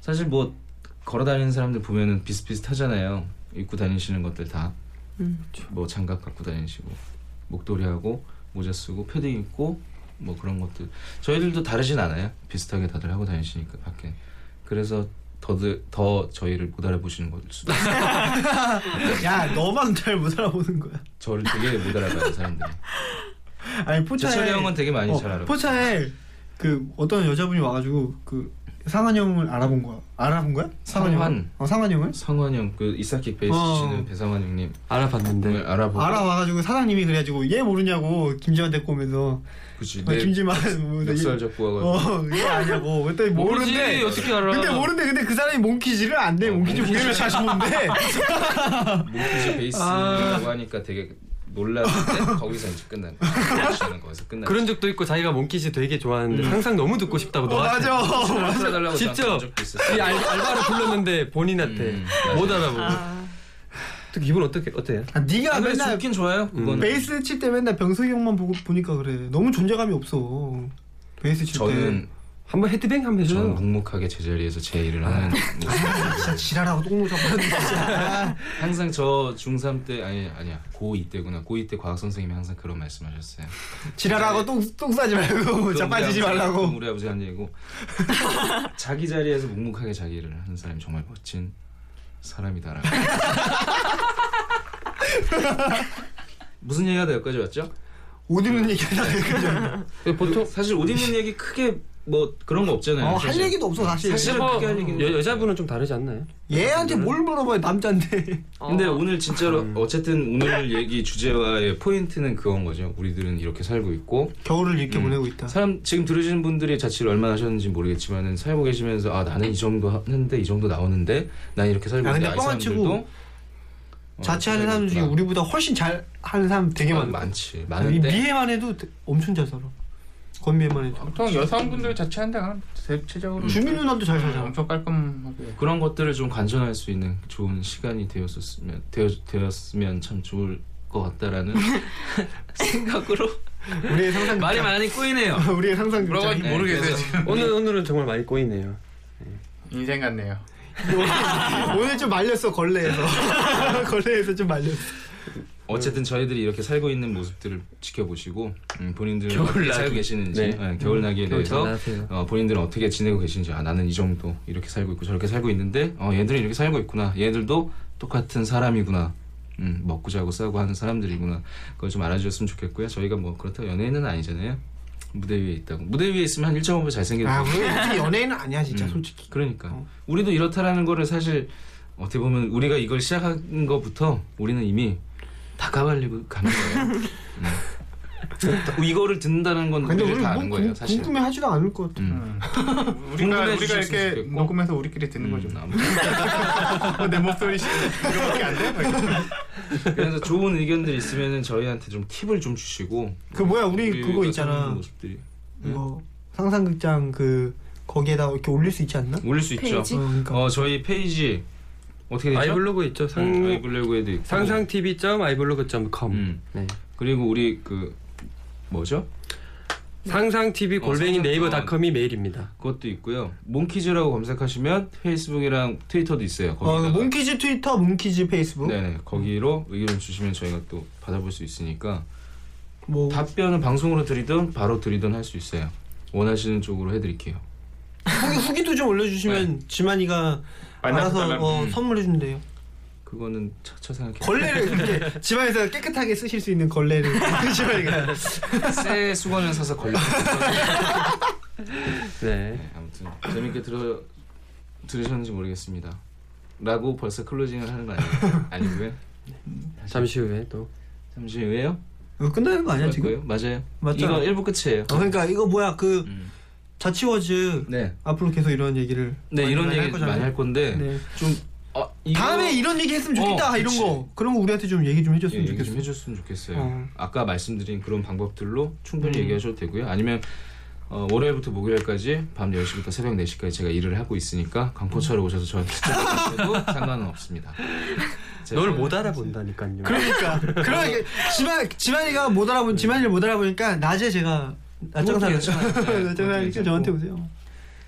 Speaker 1: 사실 뭐 걸어 다니는 사람들 보면은 비슷비슷하잖아요. 입고 다니시는 것들 다.
Speaker 4: 음.
Speaker 1: 뭐 장갑 갖고 다니시고 목도리 하고 모자 쓰고 패딩 입고 뭐 그런 것들. 저희들도 다르진 않아요. 비슷하게 다들 하고 다니시니까 밖에. 그래서 더더 더 저희를 못 알아보시는 걸 수도. 있어요. 음.
Speaker 2: 야 너만 잘 못 알아보는 거야.
Speaker 1: 저를 되게 못 알아봐요 사람들이.
Speaker 2: 아니 포차에
Speaker 1: 제철이 형은 되게 많이
Speaker 2: 어,
Speaker 1: 잘 알아.
Speaker 2: 포차에 그 어떤 여자분이 와가지고 그 상한 형을 알아본 거야. 알아본 거야? 상한 형.
Speaker 1: 상환.
Speaker 2: 어 상한 형을
Speaker 1: 성환 형그 이사킥 베이스
Speaker 2: 어. 네.
Speaker 1: 치는 배상환 형님
Speaker 6: 알아봤는데
Speaker 1: 오늘 알아보고
Speaker 2: 알아와가지고 사장님이 그래가지고 얘 모르냐고 김지만 데리고 오면서
Speaker 1: 그치
Speaker 2: 어,
Speaker 1: 내
Speaker 2: 김지만 뭐
Speaker 1: 멱살 잡고 와가지고
Speaker 2: 어얘 아니냐고 그랬더니 모르는데
Speaker 3: 모르지, 어떻게 알아?
Speaker 2: 근데 모르는데 근데 그 사람이 몽키즈를 안돼
Speaker 1: 어,
Speaker 2: 몽키즈 공연을 자주 보는데
Speaker 1: 몽키즈
Speaker 2: 아.
Speaker 1: 베이스라고 하니까 되게
Speaker 2: (laughs)
Speaker 1: 놀랐는데 거기서 이제 끝난 거야. 시는 거기서 끝난
Speaker 2: 그렇죠.
Speaker 6: 그런 적도 있고 자기가 몽키즈 되게 좋아하는데 항상 너무 듣고 싶다고
Speaker 2: 어,
Speaker 6: 너한테
Speaker 2: 맞아
Speaker 1: 달라고
Speaker 6: 직접!
Speaker 1: 적도 있었어.
Speaker 6: 이 알, 알바를 불렀는데 본인한테
Speaker 1: 음,
Speaker 2: 뭐,
Speaker 6: 못 알아보고
Speaker 4: 아,
Speaker 6: 또 기분 어떻게 어때요?
Speaker 2: 아, 네가
Speaker 1: 아, 근데
Speaker 2: 맨날 음.
Speaker 1: 좋긴 좋아요. 그건
Speaker 2: 베이스 칠 때 맨날 병석이 형만 보고 보니까 그래 너무 존재감이 없어 베이스 칠때
Speaker 1: 저는
Speaker 6: 한번 헤드뱅 한번 해줘요.
Speaker 1: 저는 묵묵하게 제자리에서 제 일을
Speaker 2: 아.
Speaker 1: 하는 모습.
Speaker 2: 진짜 지랄하고 똥물 잡았는데
Speaker 1: 항상 저 중3 때 아니 아니야 고2 때구나 고2 때 과학 선생님이 항상 그런 말씀하셨어요.
Speaker 2: 지랄하고 똥, 똥 싸지 말고
Speaker 1: 그건
Speaker 2: 어, 자빠지지
Speaker 1: 우리 아버지- 그건
Speaker 2: 말라고
Speaker 1: 우리 아버지 한 얘기고 (laughs) 자기 자리에서 묵묵하게 자기 일을 하는 사람이 정말 멋진 사람이다라고 (laughs) 무슨 얘기가 여기까지 왔죠?
Speaker 2: 옷 입는 얘기하다가 여기까지
Speaker 6: 그
Speaker 1: 보통 사실 옷 입는 얘기 크게 뭐 그런 거 없잖아요
Speaker 2: 어, 할
Speaker 1: 사실.
Speaker 2: 얘기도 없어 사실
Speaker 1: 사실은
Speaker 6: 뭐,
Speaker 1: 크게 할 얘기는
Speaker 6: 여, 여자분은 좀 다르지 않나요?
Speaker 2: 얘한테 뭘 물어봐요 남잔데
Speaker 6: 어.
Speaker 1: 근데 오늘 진짜로
Speaker 2: 음.
Speaker 1: 어쨌든 오늘 얘기 주제와의 포인트는 그건 거죠 우리들은 이렇게 살고 있고
Speaker 2: 겨울을 이렇게 보내고 있다
Speaker 1: 사람 지금 들으시는 분들이 자취를 얼마나 하셨는지 모르겠지만은 살고 계시면서 아 나는 이 정도 하는데 이 정도 나오는데 난 이렇게 살고
Speaker 2: 야, 근데
Speaker 1: 있는데 아, 이
Speaker 2: 뻥은 치고
Speaker 1: 사람들도 어,
Speaker 2: 자취하는 사람 중에
Speaker 1: 있구나.
Speaker 2: 우리보다 훨씬 잘 하는 사람 되게
Speaker 1: 아,
Speaker 2: 많아
Speaker 1: 많지
Speaker 2: 아니,
Speaker 1: 많은데
Speaker 2: 미애만 해도 대- 엄청 잘 살아 건미애만 해도
Speaker 3: 보통 여성분들 자취한데 그냥 대체적으로
Speaker 2: 주민 누나도 잘 살아
Speaker 3: 엄청 깔끔하게
Speaker 1: 그런 것들을 좀 관전할 수 있는 좋은 시간이 되었었으면 되어, 되었으면 참 좋을 것 같다라는 생각으로
Speaker 2: 우리의 상상
Speaker 1: 말이 많이 꼬이네요.
Speaker 2: 우리의 상상
Speaker 3: 뭐라고
Speaker 2: 극장
Speaker 3: 하지
Speaker 1: 네,
Speaker 3: 모르겠어요
Speaker 1: 그래서-
Speaker 3: 지금
Speaker 6: 그러니까. (laughs) 오늘 오늘은 정말 많이 꼬이네요.
Speaker 3: 인생 같네요
Speaker 2: 오늘 좀 말렸어 (laughs) 걸레에서 걸레에서 좀 말렸어
Speaker 1: 어쨌든 저희들이 이렇게 살고 있는 모습들을 지켜보시고 음, 본인들은 어떻게 살고 계시는지
Speaker 6: 네.
Speaker 1: 네, 겨울나기에
Speaker 6: 겨울
Speaker 1: 대해서
Speaker 6: 장난하세요.
Speaker 1: 어, 본인들은 어떻게 지내고 계신지 아 나는 이 정도 이렇게 살고 있고 저렇게 살고 있는데 어, 얘들은 이렇게 살고 있구나 얘들도 똑같은 사람이구나 음, 먹고 자고 싸고 하는 사람들이구나 그걸 좀 알아주셨으면 좋겠고요 저희가 뭐 그렇다고 연예인은 아니잖아요 무대 위에 있다고 무대 위에 있으면 한 1.5배 잘생겨도
Speaker 2: 아
Speaker 1: 되고.
Speaker 2: 우리 솔직히 연예인은 아니야 진짜
Speaker 1: 음.
Speaker 2: 솔직히
Speaker 1: 그러니까
Speaker 2: 어.
Speaker 1: 우리도 이렇다라는 거를 사실 어떻게 보면 우리가 이걸 시작한 거부터 우리는 이미 다 까발리고 가는
Speaker 2: (laughs)
Speaker 1: 거예요. 음. 이거를 듣는다는 건
Speaker 2: 근데
Speaker 1: 우리를
Speaker 2: 우리
Speaker 1: 다
Speaker 2: 뭐
Speaker 1: 아는 거예요,
Speaker 2: 궁-
Speaker 1: 사실.
Speaker 2: 궁금해하지도 않을 것 같아
Speaker 1: 음.
Speaker 3: 음. 우리가
Speaker 1: 궁금해
Speaker 3: 우리가
Speaker 1: 주셨으면
Speaker 3: 이렇게
Speaker 1: 좋겠고.
Speaker 3: 녹음해서 우리끼리 듣는 거죠
Speaker 1: 음, 아무튼.
Speaker 3: (laughs) 어, 내 목소리 씨 이거밖에 안 돼? 막 이렇게.
Speaker 1: 그래서 좋은 의견들 있으면 저희한테 좀 팁을 좀 주시고
Speaker 2: 그 뭐야 우리
Speaker 1: 우리가
Speaker 2: 그거
Speaker 1: 사는 네.
Speaker 2: 있잖아
Speaker 1: 모습들이
Speaker 2: 이거 상상 극장 그 거기에다 이렇게 올릴 수 있지 않나? 어,
Speaker 1: 올릴 수 있죠.
Speaker 4: 페이지?
Speaker 2: 그러니까
Speaker 1: 어 저희 페이지 어떻게 되죠?
Speaker 6: 아이블로그 있죠. 상
Speaker 1: 음, 아이블로그에도 있고
Speaker 6: 그렇죠? 상상 TV 점 아이블로그 점 com.
Speaker 1: 음.
Speaker 6: 네.
Speaker 1: 그리고 우리 그 뭐죠?
Speaker 6: 상상 TV 골뱅이
Speaker 1: 상상-
Speaker 6: 네이버닷컴이 메일입니다.
Speaker 1: 그것도 있고요. 몽키즈라고 검색하시면 페이스북이랑 트위터도 있어요.
Speaker 2: 어,
Speaker 1: 거기다가.
Speaker 2: 몽키즈 트위터, 몽키즈 페이스북.
Speaker 1: 네네 거기로 의견을 주시면 저희가 또 받아볼 수 있으니까
Speaker 2: 뭐
Speaker 1: 답변은 방송으로 드리든 바로 드리든 할 수 있어요. 원하시는 쪽으로 해드릴게요.
Speaker 2: 후기, 후기도 좀 올려주시면
Speaker 1: 네.
Speaker 2: 지만이가
Speaker 3: 만나서
Speaker 2: 알아서
Speaker 3: 달라고.
Speaker 2: 어,
Speaker 1: 음.
Speaker 2: 선물해 준대요.
Speaker 1: 그거는 차차 생각해.
Speaker 2: 걸레를
Speaker 1: (laughs)
Speaker 2: 이렇게 집안에서 깨끗하게 쓰실 수 있는 걸레를 (laughs) 지만이가
Speaker 1: 새 수건을 사서 걸려.
Speaker 6: 네.
Speaker 1: (laughs) 네, 아무튼 재밌게 들어 들으셨는지 모르겠습니다. 라고 벌써 클로징을 하는 거 (laughs) 아니에요? 아니고요. 네.
Speaker 6: 잠시 후에 또
Speaker 1: 잠시 왜요?
Speaker 2: 이거 끝나는 거 아니야 네, 지금?
Speaker 1: 맞고요? 맞아요.
Speaker 2: 맞죠?
Speaker 1: 이거 1부 끝이에요.
Speaker 2: 어, 그러니까 이거 뭐야 그
Speaker 1: 음.
Speaker 2: 자치워즈
Speaker 1: 네.
Speaker 2: 앞으로 계속 이런 얘기를
Speaker 1: 네
Speaker 2: 많이
Speaker 1: 이런
Speaker 2: 많이
Speaker 1: 얘기
Speaker 2: 거잖아요.
Speaker 1: 많이 할 건데
Speaker 2: 네.
Speaker 1: 좀 어, 이거-
Speaker 2: 다음에 이런 얘기 했으면 좋겠다
Speaker 1: 어,
Speaker 2: 이런
Speaker 1: 그치.
Speaker 2: 거 그런 거 우리한테 좀 얘기 좀 해줬으면
Speaker 1: 예, 얘기
Speaker 2: 좋겠어.
Speaker 1: 좀 해줬으면 좋겠어요.
Speaker 2: 어.
Speaker 1: 아까 말씀드린 그런 방법들로 충분히 얘기하셔도 되고요. 아니면 어, 월요일부터 목요일까지 밤 10시부터 새벽 (laughs) 4시까지 제가 일을 하고 있으니까 강포차로 오셔서 저한테 전화하셔도 상관은 없습니다.
Speaker 6: 널 못 알아본다니까요. (laughs)
Speaker 2: 그러니까 그러니까 지만 지만이가 못 알아본 지만이를 못 알아보니까 낮에 제가 낮장사를 (laughs) 낮장사니까 저한테 오세요.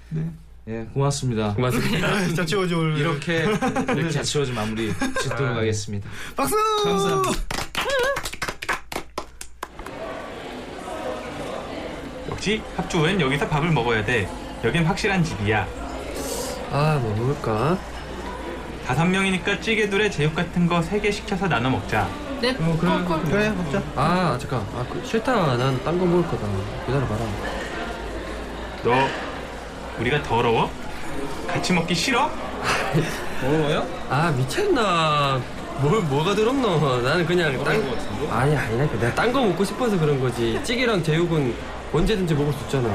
Speaker 2: 네.
Speaker 6: (laughs)
Speaker 1: 예, 고맙습니다.
Speaker 5: 고맙습니다.
Speaker 2: 자 지워줘 오늘.
Speaker 1: 이렇게 이렇게 자치워즈 마무리 짓도록 하겠습니다.
Speaker 2: 박수.
Speaker 1: 감사합니다.
Speaker 3: 역시 합주엔 여기서 밥을 먹어야 돼. 여긴 확실한 집이야.
Speaker 6: 아, 뭐 먹을까?
Speaker 3: 다섯 명이니까 찌개둘에 제육 같은 거 세 개 시켜서 나눠 먹자.
Speaker 4: 네,
Speaker 6: 어, 그래.
Speaker 4: 콜콜.
Speaker 2: 그래 먹자.
Speaker 6: 아, 잠깐. 아, 그, 싫다. 난 딴 거 먹을 거다. 기다려봐라.
Speaker 3: 너 우리가 더러워? 같이 먹기 싫어?
Speaker 1: 더러워요?
Speaker 6: 아, 미쳤나. 뭘, 뭐가 들었노? 나는 그냥 딴
Speaker 1: 더러운 것 같은데?
Speaker 6: 아니, 아니라니까. 내가 딴 거 먹고 싶어서 그런 거지. 찌개랑 제육은 언제든지 먹을 수 있잖아.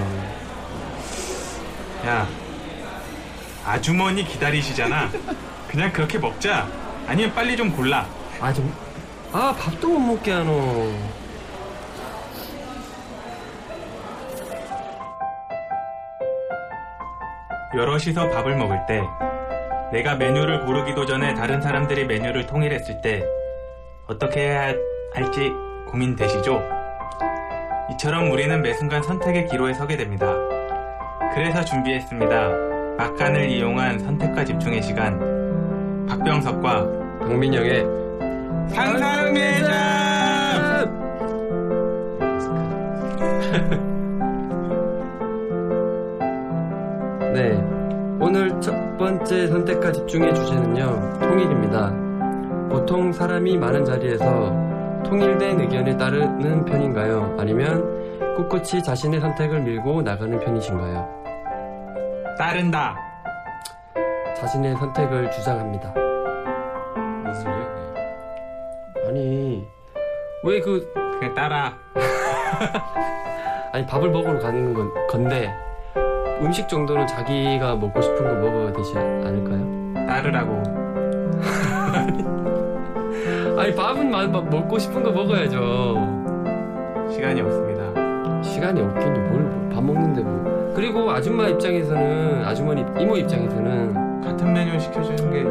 Speaker 3: 야, 아주머니 기다리시잖아. 그냥 그렇게 먹자. 아니면 빨리 좀 골라.
Speaker 6: 아, 좀. 아, 밥도 못 먹게 하노.
Speaker 3: 여럿이서 밥을 먹을 때, 내가 메뉴를 고르기도 전에 다른 사람들이 메뉴를 통일했을 때, 어떻게 해야 할지 고민되시죠? 이처럼 우리는 매 순간 선택의 기로에 서게 됩니다. 그래서 준비했습니다. 막간을 이용한 선택과 집중의 시간. 박병석과
Speaker 6: 박민영의
Speaker 3: 상상매장!
Speaker 6: 네. 오늘 첫 번째 선택과 집중의 주제는요, 통일입니다. 보통 사람이 많은 자리에서 통일된 의견을 따르는 편인가요? 아니면 꿋꿋이 자신의 선택을 밀고 나가는 편이신가요?
Speaker 3: 따른다.
Speaker 6: 자신의 선택을 주장합니다.
Speaker 1: 무슨 소리야?
Speaker 6: 아니, 왜 그,
Speaker 3: 그냥 따라.
Speaker 6: 아니, 밥을 먹으러 가는 건, 건데, 음식 정도는 자기가 먹고 싶은 거 먹어야 되지 않을까요?
Speaker 3: 따르라고.
Speaker 6: 아니, 밥은 마- 마- 먹고 싶은 거 먹어야죠.
Speaker 3: 시간이 없습니다.
Speaker 6: 시간이 없겠니 뭘 밥 먹는데 뭐 그리고 아줌마 입장에서는 아주머니 이모 입장에서는
Speaker 3: 같은 메뉴 시켜주는 게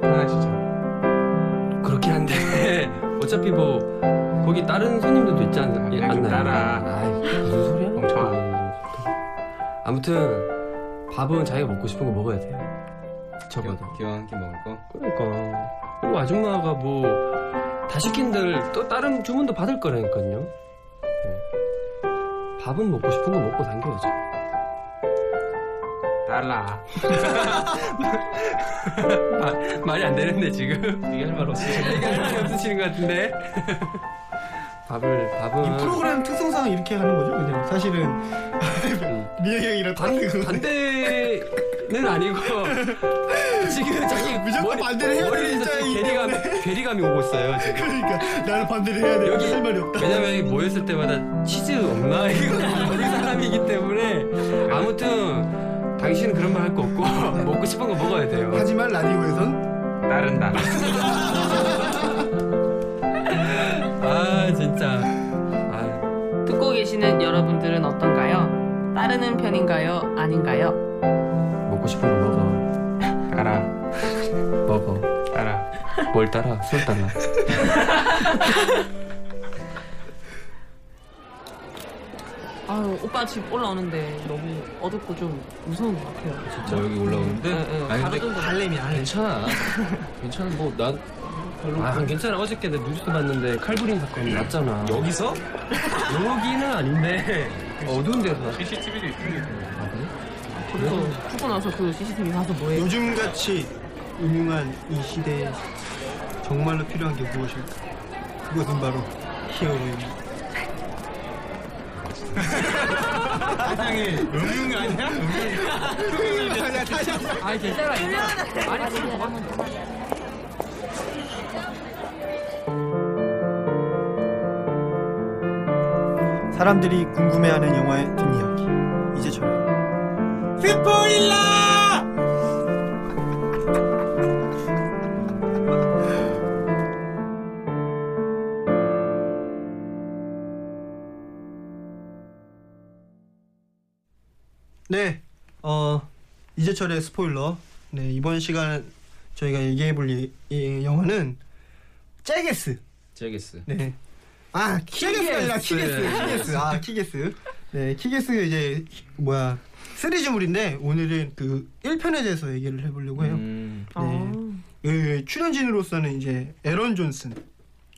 Speaker 3: 편하시죠.
Speaker 6: 그렇긴 한데 (laughs) 어차피 뭐 거기 다른 손님들도 있지 않,
Speaker 3: 그냥
Speaker 6: 않나요? 예,
Speaker 3: 좀 따라.
Speaker 6: 아이 무슨 소리야 음.
Speaker 3: 멍청아.
Speaker 6: 아무튼 밥은 자기가 먹고 싶은 거 먹어야 돼요 적어도
Speaker 1: 기왕 함께 먹을 거.
Speaker 6: 그러니까 그리고 아줌마가 뭐 다 시킨 데를 또 다른 주문도 받을 거라니까요 네. 밥은 먹고 싶은 거 먹고 당겨야죠
Speaker 3: 따라.
Speaker 6: 말이 아, 안 되는데 (laughs) 지금 이게 할 말 없으시네 이게 할말 없으시는 것 (laughs) 같은데 밥을
Speaker 2: 이
Speaker 6: 밥은
Speaker 2: 프로그램 특성상 이렇게 하는 거죠 그냥 사실은 (laughs) 민혁이 형이랑 다른
Speaker 6: 반,
Speaker 2: 그거.
Speaker 6: 반대는 아니고
Speaker 2: (laughs)
Speaker 6: 지금 자기
Speaker 2: 무조건 반대를 해야 되는
Speaker 6: 머리에서 지금
Speaker 2: 입장이기
Speaker 6: 괴리감, 괴리감이 오고 있어요 지금
Speaker 2: 그러니까 나는 반대를 해야 돼.
Speaker 6: 여기-
Speaker 2: 할 말이 없다.
Speaker 6: 왜냐면 이게 모였을 때마다 치즈 없나 (laughs) 이거 모르는 사람이기 때문에 아무튼 당신은 그런 말 할 거
Speaker 2: (laughs)
Speaker 6: 없고 먹고 싶은 거 먹어야 돼요
Speaker 2: 하지만 라디오에선
Speaker 3: 따른다.
Speaker 6: 아 진짜 아
Speaker 4: 듣고 계시는 여러분들은 어떤가요? 따르는 편인가요? 아닌가요?
Speaker 6: 먹고 싶은 거 먹어
Speaker 3: 따라.
Speaker 6: 먹어
Speaker 3: 따라.
Speaker 6: 뭘 따라? 술 따라.
Speaker 4: 아유, 오빠 집 올라오는데 너무 어둡고 좀 무서운 것 같아요.
Speaker 1: 저뭐 여기 올라오는데. 아니 근데
Speaker 4: 할렘이 할렘.
Speaker 1: 괜찮아. 괜찮아. 뭐난 별로
Speaker 6: 아, 괜찮아. 어저께 내 뉴스 봤는데 칼부림 사건이 났잖아.
Speaker 1: 여기서
Speaker 6: 여기는 아닌데 어두운 데서 났어.
Speaker 3: CCTV도 있습니다.
Speaker 4: 그래서 죽고 나서 그 CCTV 가서 뭐해?
Speaker 2: 요즘 같이 음흉한 이 시대에 정말로 필요한 게 무엇일까? 그것은 바로 히어로입니다.
Speaker 3: 음흉이 아니야?
Speaker 6: 아니 괜찮아. 괜찮아. 아니 지금 봐.
Speaker 2: 사람들이 궁금해하는 영화의 뒷이야기. 이제 저는 네, 어 이제철의 스포일러. 네 이번 시간 저희가 얘기해볼 이, 이 영화는 잭게스.
Speaker 8: 제게스.
Speaker 2: 네. 아, 키게스가 아니라 키게스.
Speaker 8: 네.
Speaker 2: 키게스. 아, 키게스. 네, 키게스 이제 뭐야? 시리즈물인데 오늘은 그 1편에 대해서 얘기를 해 보려고 해요.
Speaker 8: 음,
Speaker 2: 네. 그 출연진으로서는 이제 에런 존슨.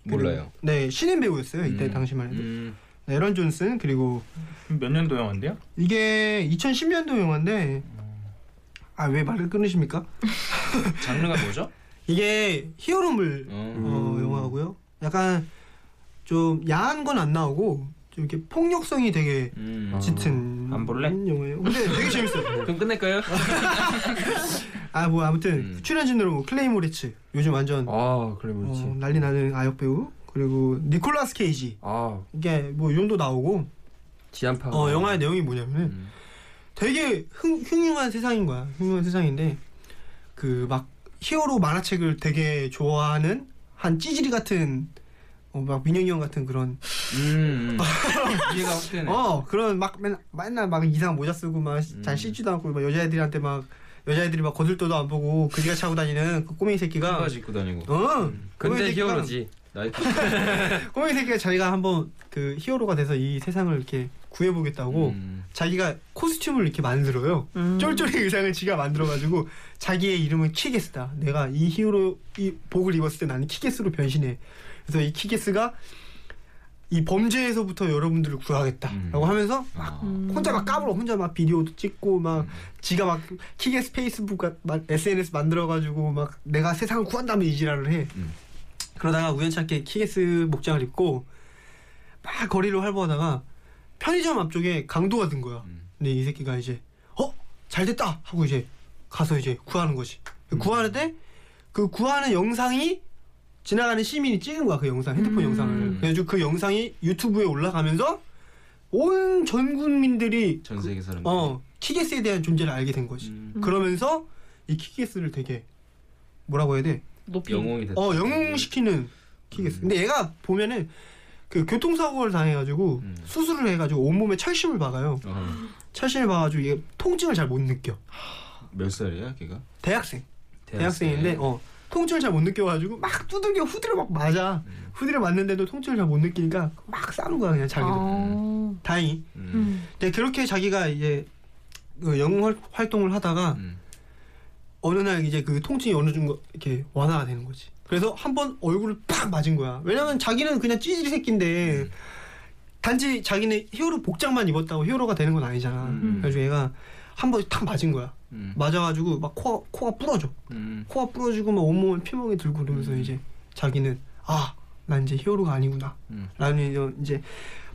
Speaker 8: 몰라요.
Speaker 2: 네, 신인 배우였어요. 이때 당시만 해도.
Speaker 8: 음,
Speaker 2: 네, 에런 존슨 그리고
Speaker 3: 음, 몇 년도 영화인데요?
Speaker 2: 이게 2010년도 영화인데 아 왜 말을 끊으십니까?
Speaker 8: (laughs) 장르가 뭐죠?
Speaker 2: 이게 히어로물
Speaker 8: 음.
Speaker 2: 어, 영화고요. 약간 좀 야한 건 안 나오고 좀 이렇게 폭력성이 되게
Speaker 8: 음.
Speaker 1: 어.
Speaker 2: 짙은
Speaker 3: 안 볼래?
Speaker 2: 영화예요. 근데
Speaker 1: (laughs)
Speaker 2: 되게 재밌어요.
Speaker 8: 그럼 끝낼까요?
Speaker 2: 아 뭐 아무튼
Speaker 8: 음.
Speaker 2: 출연진으로 뭐 클레이 모리츠 요즘 완전
Speaker 5: 아 그래 그렇지.
Speaker 2: 어, 난리 나는 아역 배우 그리고 니콜라스 케이지
Speaker 5: 아
Speaker 2: 이게 뭐이 정도 나오고
Speaker 6: 지안파.
Speaker 2: 어 영화의 내용이 뭐냐면은
Speaker 8: 음.
Speaker 2: 되게 흥, 흉흉한 세상인 거야. 흉흉한 세상인데 그 막 히어로 만화책을 되게 좋아하는 한 찌질이 같은 어, 막 민영이 형 같은 그런
Speaker 8: 음, 음. 이해가 확 되네.
Speaker 2: 어 그런 막 맨, 맨날 막 이상한 모자 쓰고 막
Speaker 6: 음.
Speaker 2: 잘 씻지도 않고 막 여자애들한테 막 여자애들이 막 거들떠도 안 보고 그지같이 하고 다니는 그 꼬맹이 새끼가
Speaker 8: 바지 입고 다니고.
Speaker 2: 어
Speaker 6: 음. 근데
Speaker 2: 꼬맹이 새끼가-
Speaker 6: 히어로지.
Speaker 8: 나이키.
Speaker 2: 꼬맹이 새끼가 자기가 한번 그 히어로가 돼서 이 세상을 이렇게 구해보겠다고
Speaker 8: 음.
Speaker 2: 자기가 코스튬을 이렇게 만들어요. 쫄쫄이 의상을 지가 만들어가지고 자기의 이름은 키게스다. 내가 이 히어로 이 복을 입었을 때 나는 키게스로 변신해. 그래서 이 키게스가 이 범죄에서부터 여러분들을 구하겠다라고 하면서
Speaker 8: 아. 음.
Speaker 2: 혼자 막 까불어 혼자 막 비디오도 찍고 막 지가 막 키게스 페이스북 같- 막 SNS 만들어가지고 막 내가 세상을 구한다며 이지랄을 해
Speaker 8: 음.
Speaker 2: 그러다가 우연찮게 키게스 목장을 입고 막 거리로 활보하다가 편의점 앞쪽에 강도가 든 거야
Speaker 8: 음.
Speaker 2: 근데 이 새끼가 이제 어 잘됐다 하고 이제 가서 이제 구하는 거지 구하는데 그 구하는 영상이 지나가는 시민이 찍은 거야 그 영상 핸드폰 영상을 그래가지고 그 영상이 유튜브에 올라가면서 온 전 국민들이 음.
Speaker 8: 전 세계 사람.
Speaker 2: 어 키게스에 대한 존재를 알게 된 거지. 그러면서 이 키게스를 되게 뭐라고 해야 돼?
Speaker 4: 높이.
Speaker 8: 영웅이 됐다.
Speaker 2: 어 영웅시키는 키게스.
Speaker 8: 음.
Speaker 2: 근데 얘가 보면은 그 교통사고를 당해가지고
Speaker 8: 음.
Speaker 2: 수술을 해가지고 온몸에 철심을 박아요.
Speaker 8: 어.
Speaker 2: 철심을 박아가지고 이게 통증을 잘 못 느껴.
Speaker 8: 몇 살이야 걔가?
Speaker 2: 대학생. 대학생인데 어 통증을 잘 못 느껴가지고 막 두들겨 후드려 막 맞아. 후드려 맞는데도 통증을 잘 못 느끼니까 막 싸는 거야 그냥 자기도.
Speaker 4: 아.
Speaker 2: 다행히.
Speaker 8: 음.
Speaker 2: 근데 그렇게 자기가 이제 그 영웅 활동을 하다가
Speaker 8: 음.
Speaker 2: 어느 날 이제 그 통증이 어느 정도 이렇게 완화가 되는 거지. 그래서 한 번 얼굴을 팍 맞은 거야. 왜냐면 자기는 그냥 찌질 새끼인데 단지 자기는 히어로 복장만 입었다고 히어로가 되는 건 아니잖아.
Speaker 8: 음.
Speaker 2: 그래서 얘가 한 번 탁 맞은 거야.
Speaker 8: 음.
Speaker 2: 맞아가지고 막 코가, 코가 부러져.
Speaker 8: 음.
Speaker 2: 코가 부러지고 막 온몸에 피멍이 들고 그러면서 이제 자기는 아, 난 이제 히어로가 아니구나.
Speaker 8: 음.
Speaker 2: 라는 이런 이제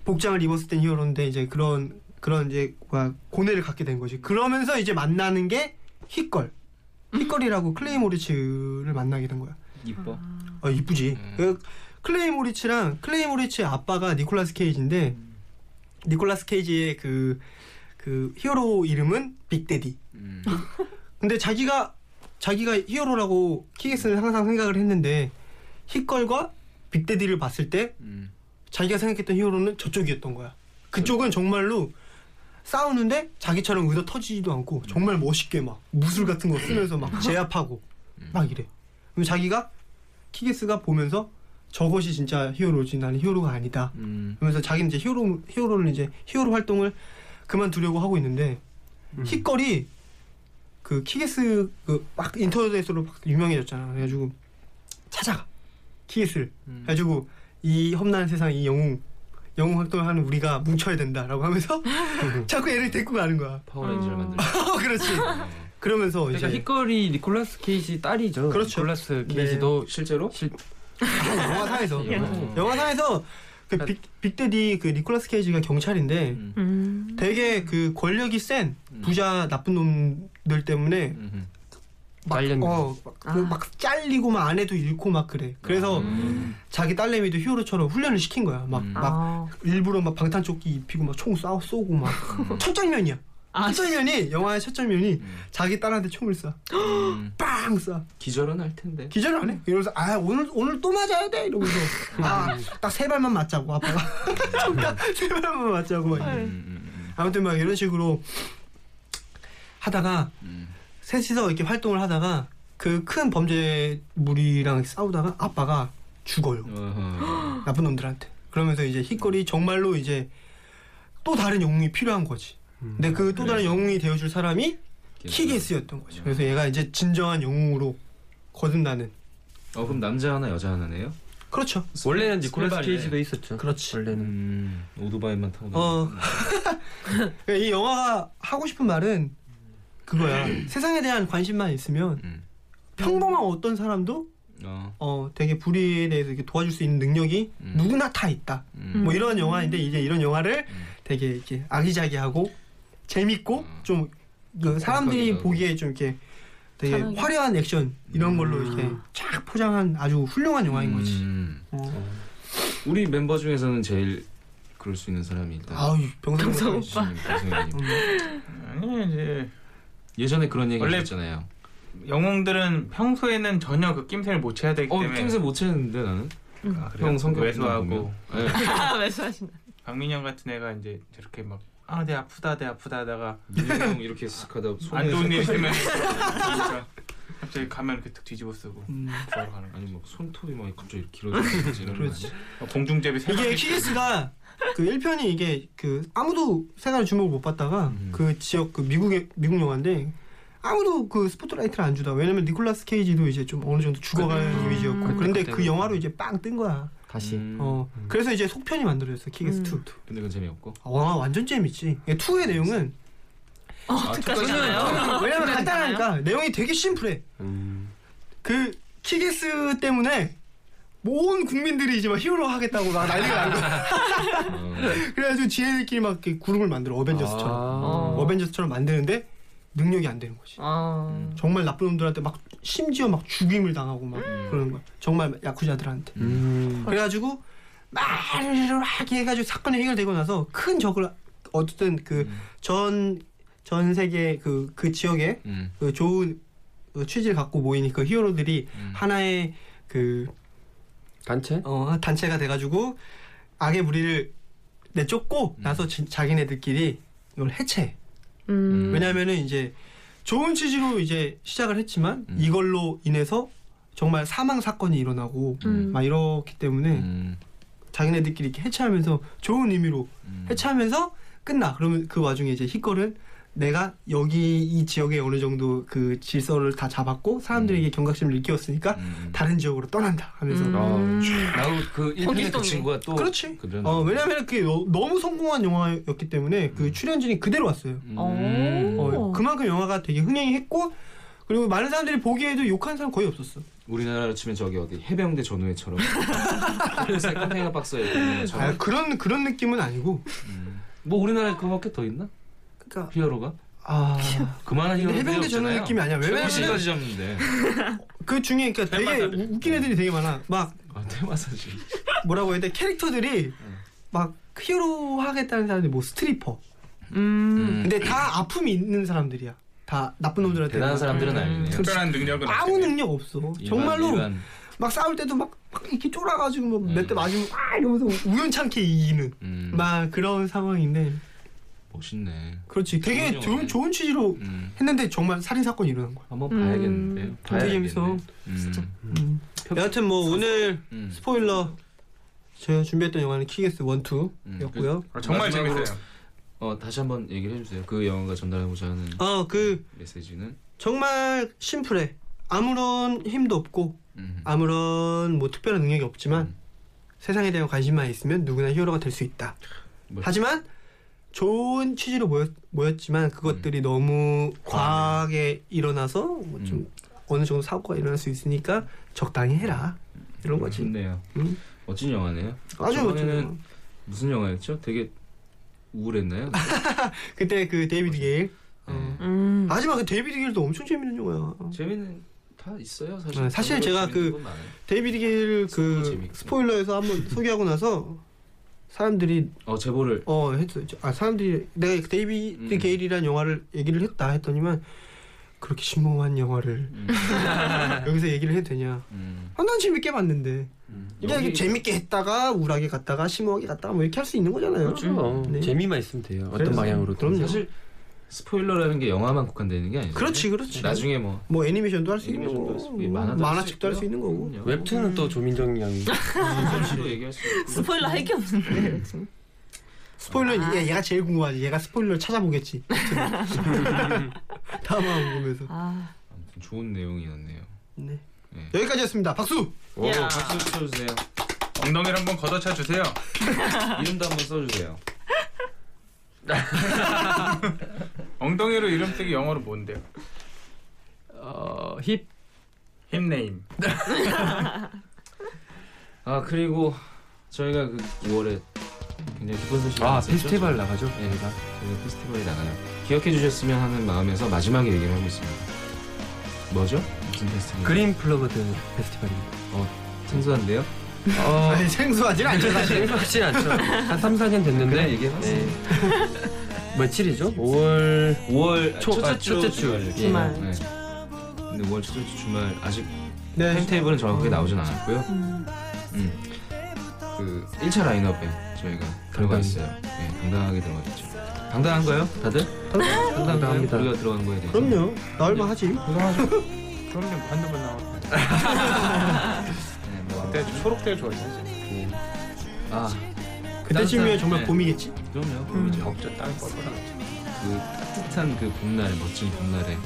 Speaker 2: 복장을 입었을 땐 히어로인데 이제 그런 그런 이제 뭐야 고뇌를 갖게 된 거지. 그러면서 이제 만나는 게 히걸. 히걸이라고 클레이모리츠를 만나게 된 거야.
Speaker 8: 이뻐.
Speaker 2: 아 이쁘지.
Speaker 8: 음.
Speaker 2: 그 클레이모리츠랑 클레이모리츠의 아빠가 니콜라스 케이지인데
Speaker 8: 음.
Speaker 2: 니콜라스 케이지의 그 그 히어로 이름은 빅데디.
Speaker 8: 음.
Speaker 2: (laughs) 근데 자기가 자기가 히어로라고 키게스는 항상 생각을 했는데 히걸과 빅데디를 봤을 때
Speaker 8: 음.
Speaker 2: 자기가 생각했던 히어로는 저쪽이었던 거야. 그쪽은 정말로 싸우는데 자기처럼 의도 터지지도 않고 정말 멋있게 막 무술 같은 거 쓰면서
Speaker 8: 음.
Speaker 2: 막 제압하고 막 이래. 그럼 자기가 키게스가 보면서 저것이 진짜 히어로지 나는 히어로가 아니다.
Speaker 8: 음.
Speaker 2: 그러면서 자기는 이제 히어로 히어로를 이제 히어로 활동을 그만두려고 하고 있는데 음. 히걸이 그 키게스 그 막 인터넷으로 막 유명해졌잖아. 그래가지고 찾아가 키게스를 그래가지고 이 험난한 세상 이 영웅 영웅 활동을 하는 우리가 뭉쳐야 된다라고 (laughs) 하면서 자꾸 얘를 데리고 가는 거야.
Speaker 8: 파워레인저를 만들고.
Speaker 2: 어, (laughs) 그렇지.
Speaker 6: 어,
Speaker 2: 그러면서
Speaker 5: 그러니까
Speaker 2: 이제
Speaker 5: 히거리 니콜라스 케이지 딸이죠.
Speaker 2: 그렇죠.
Speaker 5: 니콜라스
Speaker 2: 네.
Speaker 5: 케이지도 네.
Speaker 8: 실제로?
Speaker 5: 실
Speaker 2: 영화상에서
Speaker 5: 영화상에서.
Speaker 2: 영화상에서 그 빅, 빅데디 그 니콜라스 케이지가 경찰인데
Speaker 8: 아. 음.
Speaker 4: 음.
Speaker 2: 되게 그 권력이 센
Speaker 8: 음.
Speaker 2: 부자 나쁜 놈들 때문에
Speaker 8: 음.
Speaker 5: 말년
Speaker 2: 어, 막, 그
Speaker 4: 아.
Speaker 2: 막 잘리고 막 아내도 잃고 막 그래. 그래서
Speaker 8: 음.
Speaker 2: 자기 딸내미도 히어로처럼 훈련을 시킨 거야. 막,
Speaker 8: 음.
Speaker 2: 막
Speaker 4: 아.
Speaker 2: 일부러 막 방탄조끼 입히고 막 총 쏴 쏘고 막
Speaker 8: 음.
Speaker 2: 첫 장면이야.
Speaker 4: 아,
Speaker 2: 첫 장면이 영화의 첫 장면이 자기 딸한테 총을 쏴.
Speaker 8: 음.
Speaker 2: 빵 쏴.
Speaker 8: 기절은 할 텐데.
Speaker 2: 기절을 안 해. 이러면서 아 오늘 오늘 또 맞아야 돼 이러면서 음. 아딱 세 발만 맞자고 (laughs) 아빠가 딱세 발만 맞자고 막 이래.
Speaker 8: 음. 음.
Speaker 2: 아무튼 막 이런 식으로 하다가
Speaker 8: 음.
Speaker 2: 셋이서 이렇게 활동을 하다가 그 큰 범죄 무리랑 싸우다가 아빠가 죽어요.
Speaker 8: 음,
Speaker 1: 어허.
Speaker 2: 나쁜 놈들한테. 그러면서 이제 희걸이 정말로 이제 또 다른 영웅이 필요한 거지. 근데 그 또 다른 영웅이 되어줄 사람이 키게스였던 거죠. 그래서 얘가 이제 진정한 영웅으로 거듭나는.
Speaker 1: 어 그럼 남자 하나 여자 하나네요?
Speaker 2: 그렇죠.
Speaker 1: 원래는
Speaker 6: 니콜라스 케이지도 있었죠.
Speaker 2: 그렇지.
Speaker 6: 원래는.
Speaker 1: 음 오토바이만 타고
Speaker 2: 어. (laughs) 이 영화가 하고 싶은 말은 그거야. 세상에 대한 관심만 있으면
Speaker 1: 음.
Speaker 2: 평범한 어떤 사람도
Speaker 1: 어.
Speaker 2: 어 되게 불의에 대해서 이렇게 도와줄 수 있는 능력이
Speaker 1: 음.
Speaker 2: 누구나 다 있다.
Speaker 1: 음.
Speaker 2: 뭐 이런 영화인데 이제 이런 영화를
Speaker 1: 음.
Speaker 2: 되게 이렇게 아기자기하고 재밌고
Speaker 1: 음.
Speaker 2: 좀그 사람들이
Speaker 1: 인간적이라고.
Speaker 2: 보기에 좀 이렇게 되게
Speaker 4: 편하게.
Speaker 2: 화려한 액션 이런 걸로 이렇게 쫙 포장한 아주 훌륭한 영화인 거지.
Speaker 1: 음.
Speaker 2: 어.
Speaker 1: 우리 멤버 중에서는 제일 그럴 수 있는 사람이 일단
Speaker 2: 아우 병성
Speaker 4: 병성
Speaker 2: 오빠.
Speaker 1: 주님, 고생님.
Speaker 3: 아니 이제
Speaker 1: 예전에 그런 얘기
Speaker 3: 원래-
Speaker 1: 했잖아요.
Speaker 3: 영웅들은 평소에는 전혀 그 낌새를 못 채야 되기
Speaker 1: 어
Speaker 3: 때문에
Speaker 1: 낌새 못 채는데 나는
Speaker 3: 아, 그래요?
Speaker 1: 형 성격
Speaker 3: 왜소하고
Speaker 1: 보면. 네.
Speaker 4: (laughs) 왜 사시나?
Speaker 3: 박민영 같은 애가 이제 저렇게 막아내 아프다 내 아프다 하다가
Speaker 1: 민영 형 이렇게 슥하다
Speaker 3: 안
Speaker 1: 손에
Speaker 3: 좋은 일 있으면 진짜 갑자기 가면 이렇게 툭 뒤집어 쓰고
Speaker 1: 음.
Speaker 3: 구하러 가는 거
Speaker 1: 아니 막 손톱이 막 갑자기 길어지고 이런 거
Speaker 2: 그렇지.
Speaker 1: 아니야?
Speaker 3: 공중제비 세
Speaker 2: 이게
Speaker 3: 바퀴
Speaker 2: 키게스가 그 1편이 이게 그 아무도 생활의 주목을 못 받다가
Speaker 1: 음.
Speaker 2: 그 지역 그 미국의 미국 영화인데 아무도 그 스포트라이트를 안 주다. 왜냐면 니콜라스 케이지도 이제 좀 어느 정도 죽어가는
Speaker 4: 음.
Speaker 2: 이미지였고. 그런데
Speaker 1: 그때
Speaker 2: 그 영화로 이제 빵 뜬 거야.
Speaker 6: 다시.
Speaker 1: 음,
Speaker 2: 어. 그래서 이제 속편이 만들어졌어. 키게스
Speaker 4: 음.
Speaker 2: 2.
Speaker 1: 근데 그건 재미없고.
Speaker 2: 와 완전 재밌지. 2의 내용은
Speaker 4: 어, 어떡하지
Speaker 1: 똑같잖아요.
Speaker 4: 않아요?
Speaker 2: 왜냐면 간단하니까 내용이 되게 심플해. 그 키게스 때문에 온 국민들이 이제 막 히어로 하겠다고 막 난리가 난 거야.
Speaker 1: 어.
Speaker 2: (laughs) 그래가지고 지네들끼리 막 이렇게 그룹을 만들어 어벤져스처럼.
Speaker 4: 어.
Speaker 2: 어벤져스처럼 만드는데 능력이 안 되는 거지.
Speaker 4: 아,
Speaker 2: 정말 나쁜 놈들한테 막 심지어 막 죽임을 당하고 막 그러는 거야. 정말 야쿠자들한테. 그래가지고 막막 해가지고 사건이 해결되고 나서 큰 적을 어쨌든 그 그전전 세계 그 그 지역에
Speaker 1: 음.
Speaker 2: 그 좋은 그 취지를 갖고 모인 그 히어로들이
Speaker 1: 음.
Speaker 2: 하나의 그
Speaker 6: 단체?
Speaker 2: 어, 단체가 돼가지고 악의 무리를
Speaker 1: 음.
Speaker 2: 내쫓고 나서 지- 자기네들끼리 이걸 해체해.
Speaker 4: 음,
Speaker 2: 왜냐면은 이제 좋은 취지로 이제 시작을 했지만
Speaker 1: 음.
Speaker 2: 이걸로 인해서 정말 사망 사건이 일어나고
Speaker 4: 음.
Speaker 2: 막 이렇기 때문에
Speaker 1: 음.
Speaker 2: 자기네들끼리 이렇게 해체하면서 좋은 의미로
Speaker 1: 음.
Speaker 2: 해체하면서 끝나. 그러면 그 와중에 이제 히걸은 내가 여기 이 지역에 어느 정도 그 질서를 다 잡았고 사람들에게 경각심을 일깨웠으니까
Speaker 1: 음.
Speaker 2: 아, 다른 지역으로 떠난다 하면서
Speaker 4: 음.
Speaker 1: 나우 그 일편의 그
Speaker 4: 어디서
Speaker 1: 친구가 또
Speaker 2: 그렇지.
Speaker 1: 그대로
Speaker 2: 어,
Speaker 1: 나오네.
Speaker 2: 왜냐면 그게 너, 너무 성공한 영화였기 때문에 그
Speaker 1: 음.
Speaker 2: 출연진이 그대로 왔어요.
Speaker 1: 음.
Speaker 2: 어,
Speaker 4: 오.
Speaker 2: 그만큼 영화가 되게 흥행했고 그리고 많은 사람들이 보기에도 욕하는 사람 거의 없었어.
Speaker 1: 우리나라로 치면 저기 어디 해병대 전우회처럼 (laughs) 새 컨테이너 박스에 있는
Speaker 2: 아,
Speaker 1: 것처럼.
Speaker 2: 그런 그런 느낌은 아니고.
Speaker 1: 뭐 우리나라에 그거밖에 더 있나?
Speaker 2: 그러니까
Speaker 1: 히어로가?
Speaker 2: 아
Speaker 1: 그만한 히어로
Speaker 2: 해병대 전는 느낌이 아니야. 왜냐면
Speaker 1: 시가지 잡는데
Speaker 2: 그 중에 그러니까 되게
Speaker 3: 대마사지.
Speaker 2: 우-
Speaker 1: 네.
Speaker 2: 웃긴 애들이 되게 많아. 막
Speaker 1: 아 테마사지
Speaker 2: 뭐라고 해야 돼? 캐릭터들이
Speaker 1: 음.
Speaker 2: 막 히어로 하겠다는 사람들이 뭐 스트리퍼.
Speaker 4: 음,
Speaker 2: 근데 다 아픔이 있는 사람들이야. 다 나쁜
Speaker 1: 음,
Speaker 2: 놈들한테.
Speaker 1: 대단한 사람들은 아니네요
Speaker 3: 특별한 능력은
Speaker 2: 아무
Speaker 3: 없겠네요.
Speaker 2: 능력 없어.
Speaker 1: 일반,
Speaker 2: 정말로
Speaker 1: 일반.
Speaker 2: 막 싸울 때도 막, 막 이렇게 쫄아가지고 몇 대
Speaker 1: 음.
Speaker 2: 맞으면 아 이러면서 우연찮게 이기는
Speaker 1: 음,
Speaker 2: 막 그런 상황인데
Speaker 1: 멋있네
Speaker 2: 그렇지 되게
Speaker 1: 좋은
Speaker 2: 좋은,
Speaker 1: 영화네.
Speaker 2: 좋은 취지로
Speaker 1: 음,
Speaker 2: 했는데 정말 살인 사건이 일어난 거야.
Speaker 1: 한번
Speaker 4: 음.
Speaker 1: 봐야겠는데요 음,
Speaker 2: 되게 재밌어.
Speaker 1: 진짜
Speaker 2: 여하튼 뭐 오늘
Speaker 1: 음.
Speaker 2: 스포일러 제가 준비했던 영화는 키게스 1, 2였고요.
Speaker 3: 아, 정말
Speaker 1: 네. 마지막으로-
Speaker 3: 재밌어요.
Speaker 1: 음. 어 다시 한번 얘기를 해주세요 그 영화가 전달하고자 하는
Speaker 2: 어, 그
Speaker 1: 메시지는
Speaker 2: 정말 심플해. 아무런 힘도 없고
Speaker 1: 음.
Speaker 2: 아무런 뭐 특별한 능력이 없지만
Speaker 1: 음.
Speaker 2: 세상에 대한 관심만 있으면 누구나 히어로가 될 수 있다.
Speaker 1: 뭐-
Speaker 2: 하지만 좋은 취지로 모였, 모였지만
Speaker 1: 음.
Speaker 2: 그것들이 너무 과하게 일어나서 뭐좀
Speaker 1: 음.
Speaker 2: 어느 정도 사고가 일어날 수 있으니까 적당히 해라. 이런 거지.
Speaker 1: 좋네요
Speaker 2: 음.
Speaker 1: 멋진 영화네요
Speaker 2: 아주 멋진
Speaker 1: 저번에는
Speaker 2: 영화.
Speaker 1: 무슨 영화였죠? 되게 우울했나요?
Speaker 2: 그때 그 데이비드 게일. 어.
Speaker 1: 네.
Speaker 4: 음.
Speaker 2: 하지만 그 데이비드 게일도 엄청 재밌는 영화야.
Speaker 1: 재미는 다 있어요
Speaker 2: 네,
Speaker 1: 사실
Speaker 2: 사실 제가
Speaker 1: 재밌는
Speaker 2: 그-
Speaker 1: 건 많아요.
Speaker 2: 데이비드 게일
Speaker 1: 스포
Speaker 2: 그
Speaker 1: 재밌고.
Speaker 2: 스포일러에서
Speaker 1: (laughs)
Speaker 2: 한번 소개하고 나서 사람들이
Speaker 1: 어 제보를
Speaker 2: 어 했어 아 사람들이 내가 그 데이비드
Speaker 1: 음.
Speaker 2: 게일이란 영화를 얘기를 했다 했더니만 그렇게
Speaker 1: (laughs)
Speaker 2: 심오한 영화를
Speaker 1: 음.
Speaker 2: 여기서 얘기를 해도 되냐
Speaker 1: 음.
Speaker 2: 아, 난 재밌게 봤는데 이게
Speaker 1: 여기-
Speaker 2: 재밌게 했다가 우울하게 갔다가 심오하게 갔다가 뭐 이렇게 할 수 있는 거잖아요
Speaker 6: 그렇죠.
Speaker 2: 네.
Speaker 6: 재미만 있으면 돼요. 어떤
Speaker 2: 그래서-
Speaker 6: 방향으로든.
Speaker 2: 그럼요.
Speaker 1: 사실 스포일러라는 게 영화만 국한되는 게 아니죠.
Speaker 2: 그렇지, 그렇지.
Speaker 1: 나중에 뭐
Speaker 2: 뭐 애니메이션도 할 수 있는
Speaker 1: 애니메이션도
Speaker 2: 거고
Speaker 1: 할수 있고, 만화도 할수
Speaker 2: 만화책도 할 수 있는 거고
Speaker 5: 음.
Speaker 1: 그럼요. 음.
Speaker 6: 웹툰은 또 조민정 양이
Speaker 1: 수시로 얘기할 수 있고.
Speaker 4: 스포일러 할 게 없는데. 지금.
Speaker 2: 스포일러
Speaker 4: 아.
Speaker 2: 얘, 얘가 제일 궁금하지 얘가
Speaker 1: (laughs)
Speaker 2: 스포일러 찾아보겠지 다음 화보면서
Speaker 4: 아,
Speaker 1: 아무튼 좋은 내용이었네요. 어,
Speaker 2: 네.
Speaker 1: 네.
Speaker 2: 여기까지였습니다 박수
Speaker 1: 오,
Speaker 4: 야.
Speaker 1: 박수 쳐주세요.
Speaker 3: 엉덩이를 한번 걷어차 주세요.
Speaker 1: 이름도 한번 써주세요.
Speaker 3: 엉덩이로 이름 쓰기 영어로 뭔데요?
Speaker 5: 어, 힙
Speaker 3: 힙네임.
Speaker 1: 아 그리고 저희가 그 2월에 굉장히 기쁜 소식이
Speaker 5: 아,
Speaker 1: 있었죠?
Speaker 5: 페스티벌 나가죠?
Speaker 1: 네, 제가 저희가 페스티벌에 나가요. 기억해 주셨으면 하는 마음에서 마지막에 얘기를 하고 있습니다. 뭐죠? 무슨 페스티벌?
Speaker 5: (laughs) 그린 플러버드 페스티벌입니다.
Speaker 1: 생소한데요?
Speaker 5: 어,
Speaker 2: 아니 생소하진 않죠 사실
Speaker 5: 생각하지 않죠.
Speaker 6: 한 3, 4년 됐는데
Speaker 5: 얘기해
Speaker 6: 네.
Speaker 5: 봤어요. 네.
Speaker 6: (laughs)
Speaker 5: 며칠이죠? 5월
Speaker 1: 5월
Speaker 5: 초째 주,
Speaker 1: 첫째 주
Speaker 5: 주말.
Speaker 1: 이렇게.
Speaker 4: 주말.
Speaker 1: 네. 근데 5월 첫째 주 주말 아직
Speaker 2: 네
Speaker 1: 타임테이블은 정확하게 나오진 않았고요.
Speaker 4: 음.
Speaker 1: 음. 그 1차 라인업에 저희가 들어가 있어요. 네, 당당하게 들어가 있죠. 당당한가요? 다들?
Speaker 5: 당당합니다.
Speaker 1: 우리가 들어간 거에 대해서.
Speaker 2: 그럼요 나얼마 하지
Speaker 3: 그럼요, 한두 번 나왔어요.
Speaker 1: 네, 뭐,
Speaker 3: 그때 초록색 좋아했어요.
Speaker 1: 아,
Speaker 2: 그때쯤이면 정말
Speaker 1: 네.
Speaker 2: 봄이겠지
Speaker 1: 그럼요.
Speaker 2: 음.
Speaker 1: 이제
Speaker 3: 저 땅이 뻘뻘한.
Speaker 1: 그 따뜻한 그 봄날 멋진 봄날에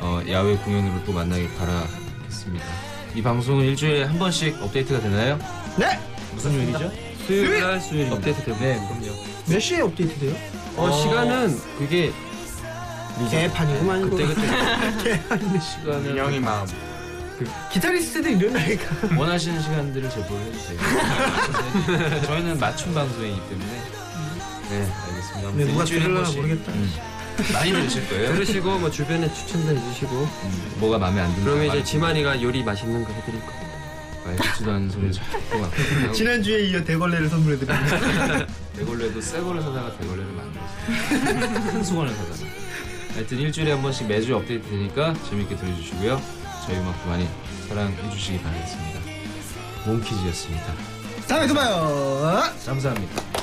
Speaker 1: 어, 야외 공연으로 또 만나길 바라겠습니다. 이 방송은 일주일에 한 번씩 업데이트가 되나요?
Speaker 2: 네!
Speaker 1: 무슨 요일이죠?
Speaker 5: 수요일 날 수요일
Speaker 1: 업데이트 되고 네.
Speaker 2: 몇 시에 업데이트 돼요?
Speaker 1: 어, 시간은 그게
Speaker 2: 개판이구만 이거
Speaker 1: 네, 그때 그때
Speaker 2: (laughs)
Speaker 5: 시간을
Speaker 3: 인형이 마음.
Speaker 2: 기타리스트들이 이런다니까
Speaker 1: (laughs) 원하시는 시간들을 제보를 해주세요. 네. 저희는 맞춤 방송이기 때문에 네 알겠습니다. 아무튼
Speaker 2: 근데 누가
Speaker 1: 일주일에 한
Speaker 2: 들으려나
Speaker 1: 번씩
Speaker 2: 모르겠다
Speaker 1: 많이 들으실 거예요.
Speaker 5: 들으시고 뭐 주변에 추천도 해주시고
Speaker 1: 음, 뭐가 마음에 안 든다.
Speaker 5: 그러면 이제 지만이가 요리 맛있는 거 해드릴 거예요.
Speaker 1: 말 듣지도 않은 소리를 자꾸 막 하고
Speaker 2: (laughs) 지난주에 이어 대걸레를 선물해드립니다
Speaker 1: 대걸레도 새 거를 사다가 대걸레를 만들었어요. 큰 수건을 사다가. 하여튼 일주일에 한 번씩 매주 업데이트 되니까 재밌게 들어주시고요. 저희 음악도 많이 사랑해 주시기 (laughs) 바라겠습니다. 몽키즈였습니다.
Speaker 2: 다음에 또 봐요
Speaker 1: 감사합니다.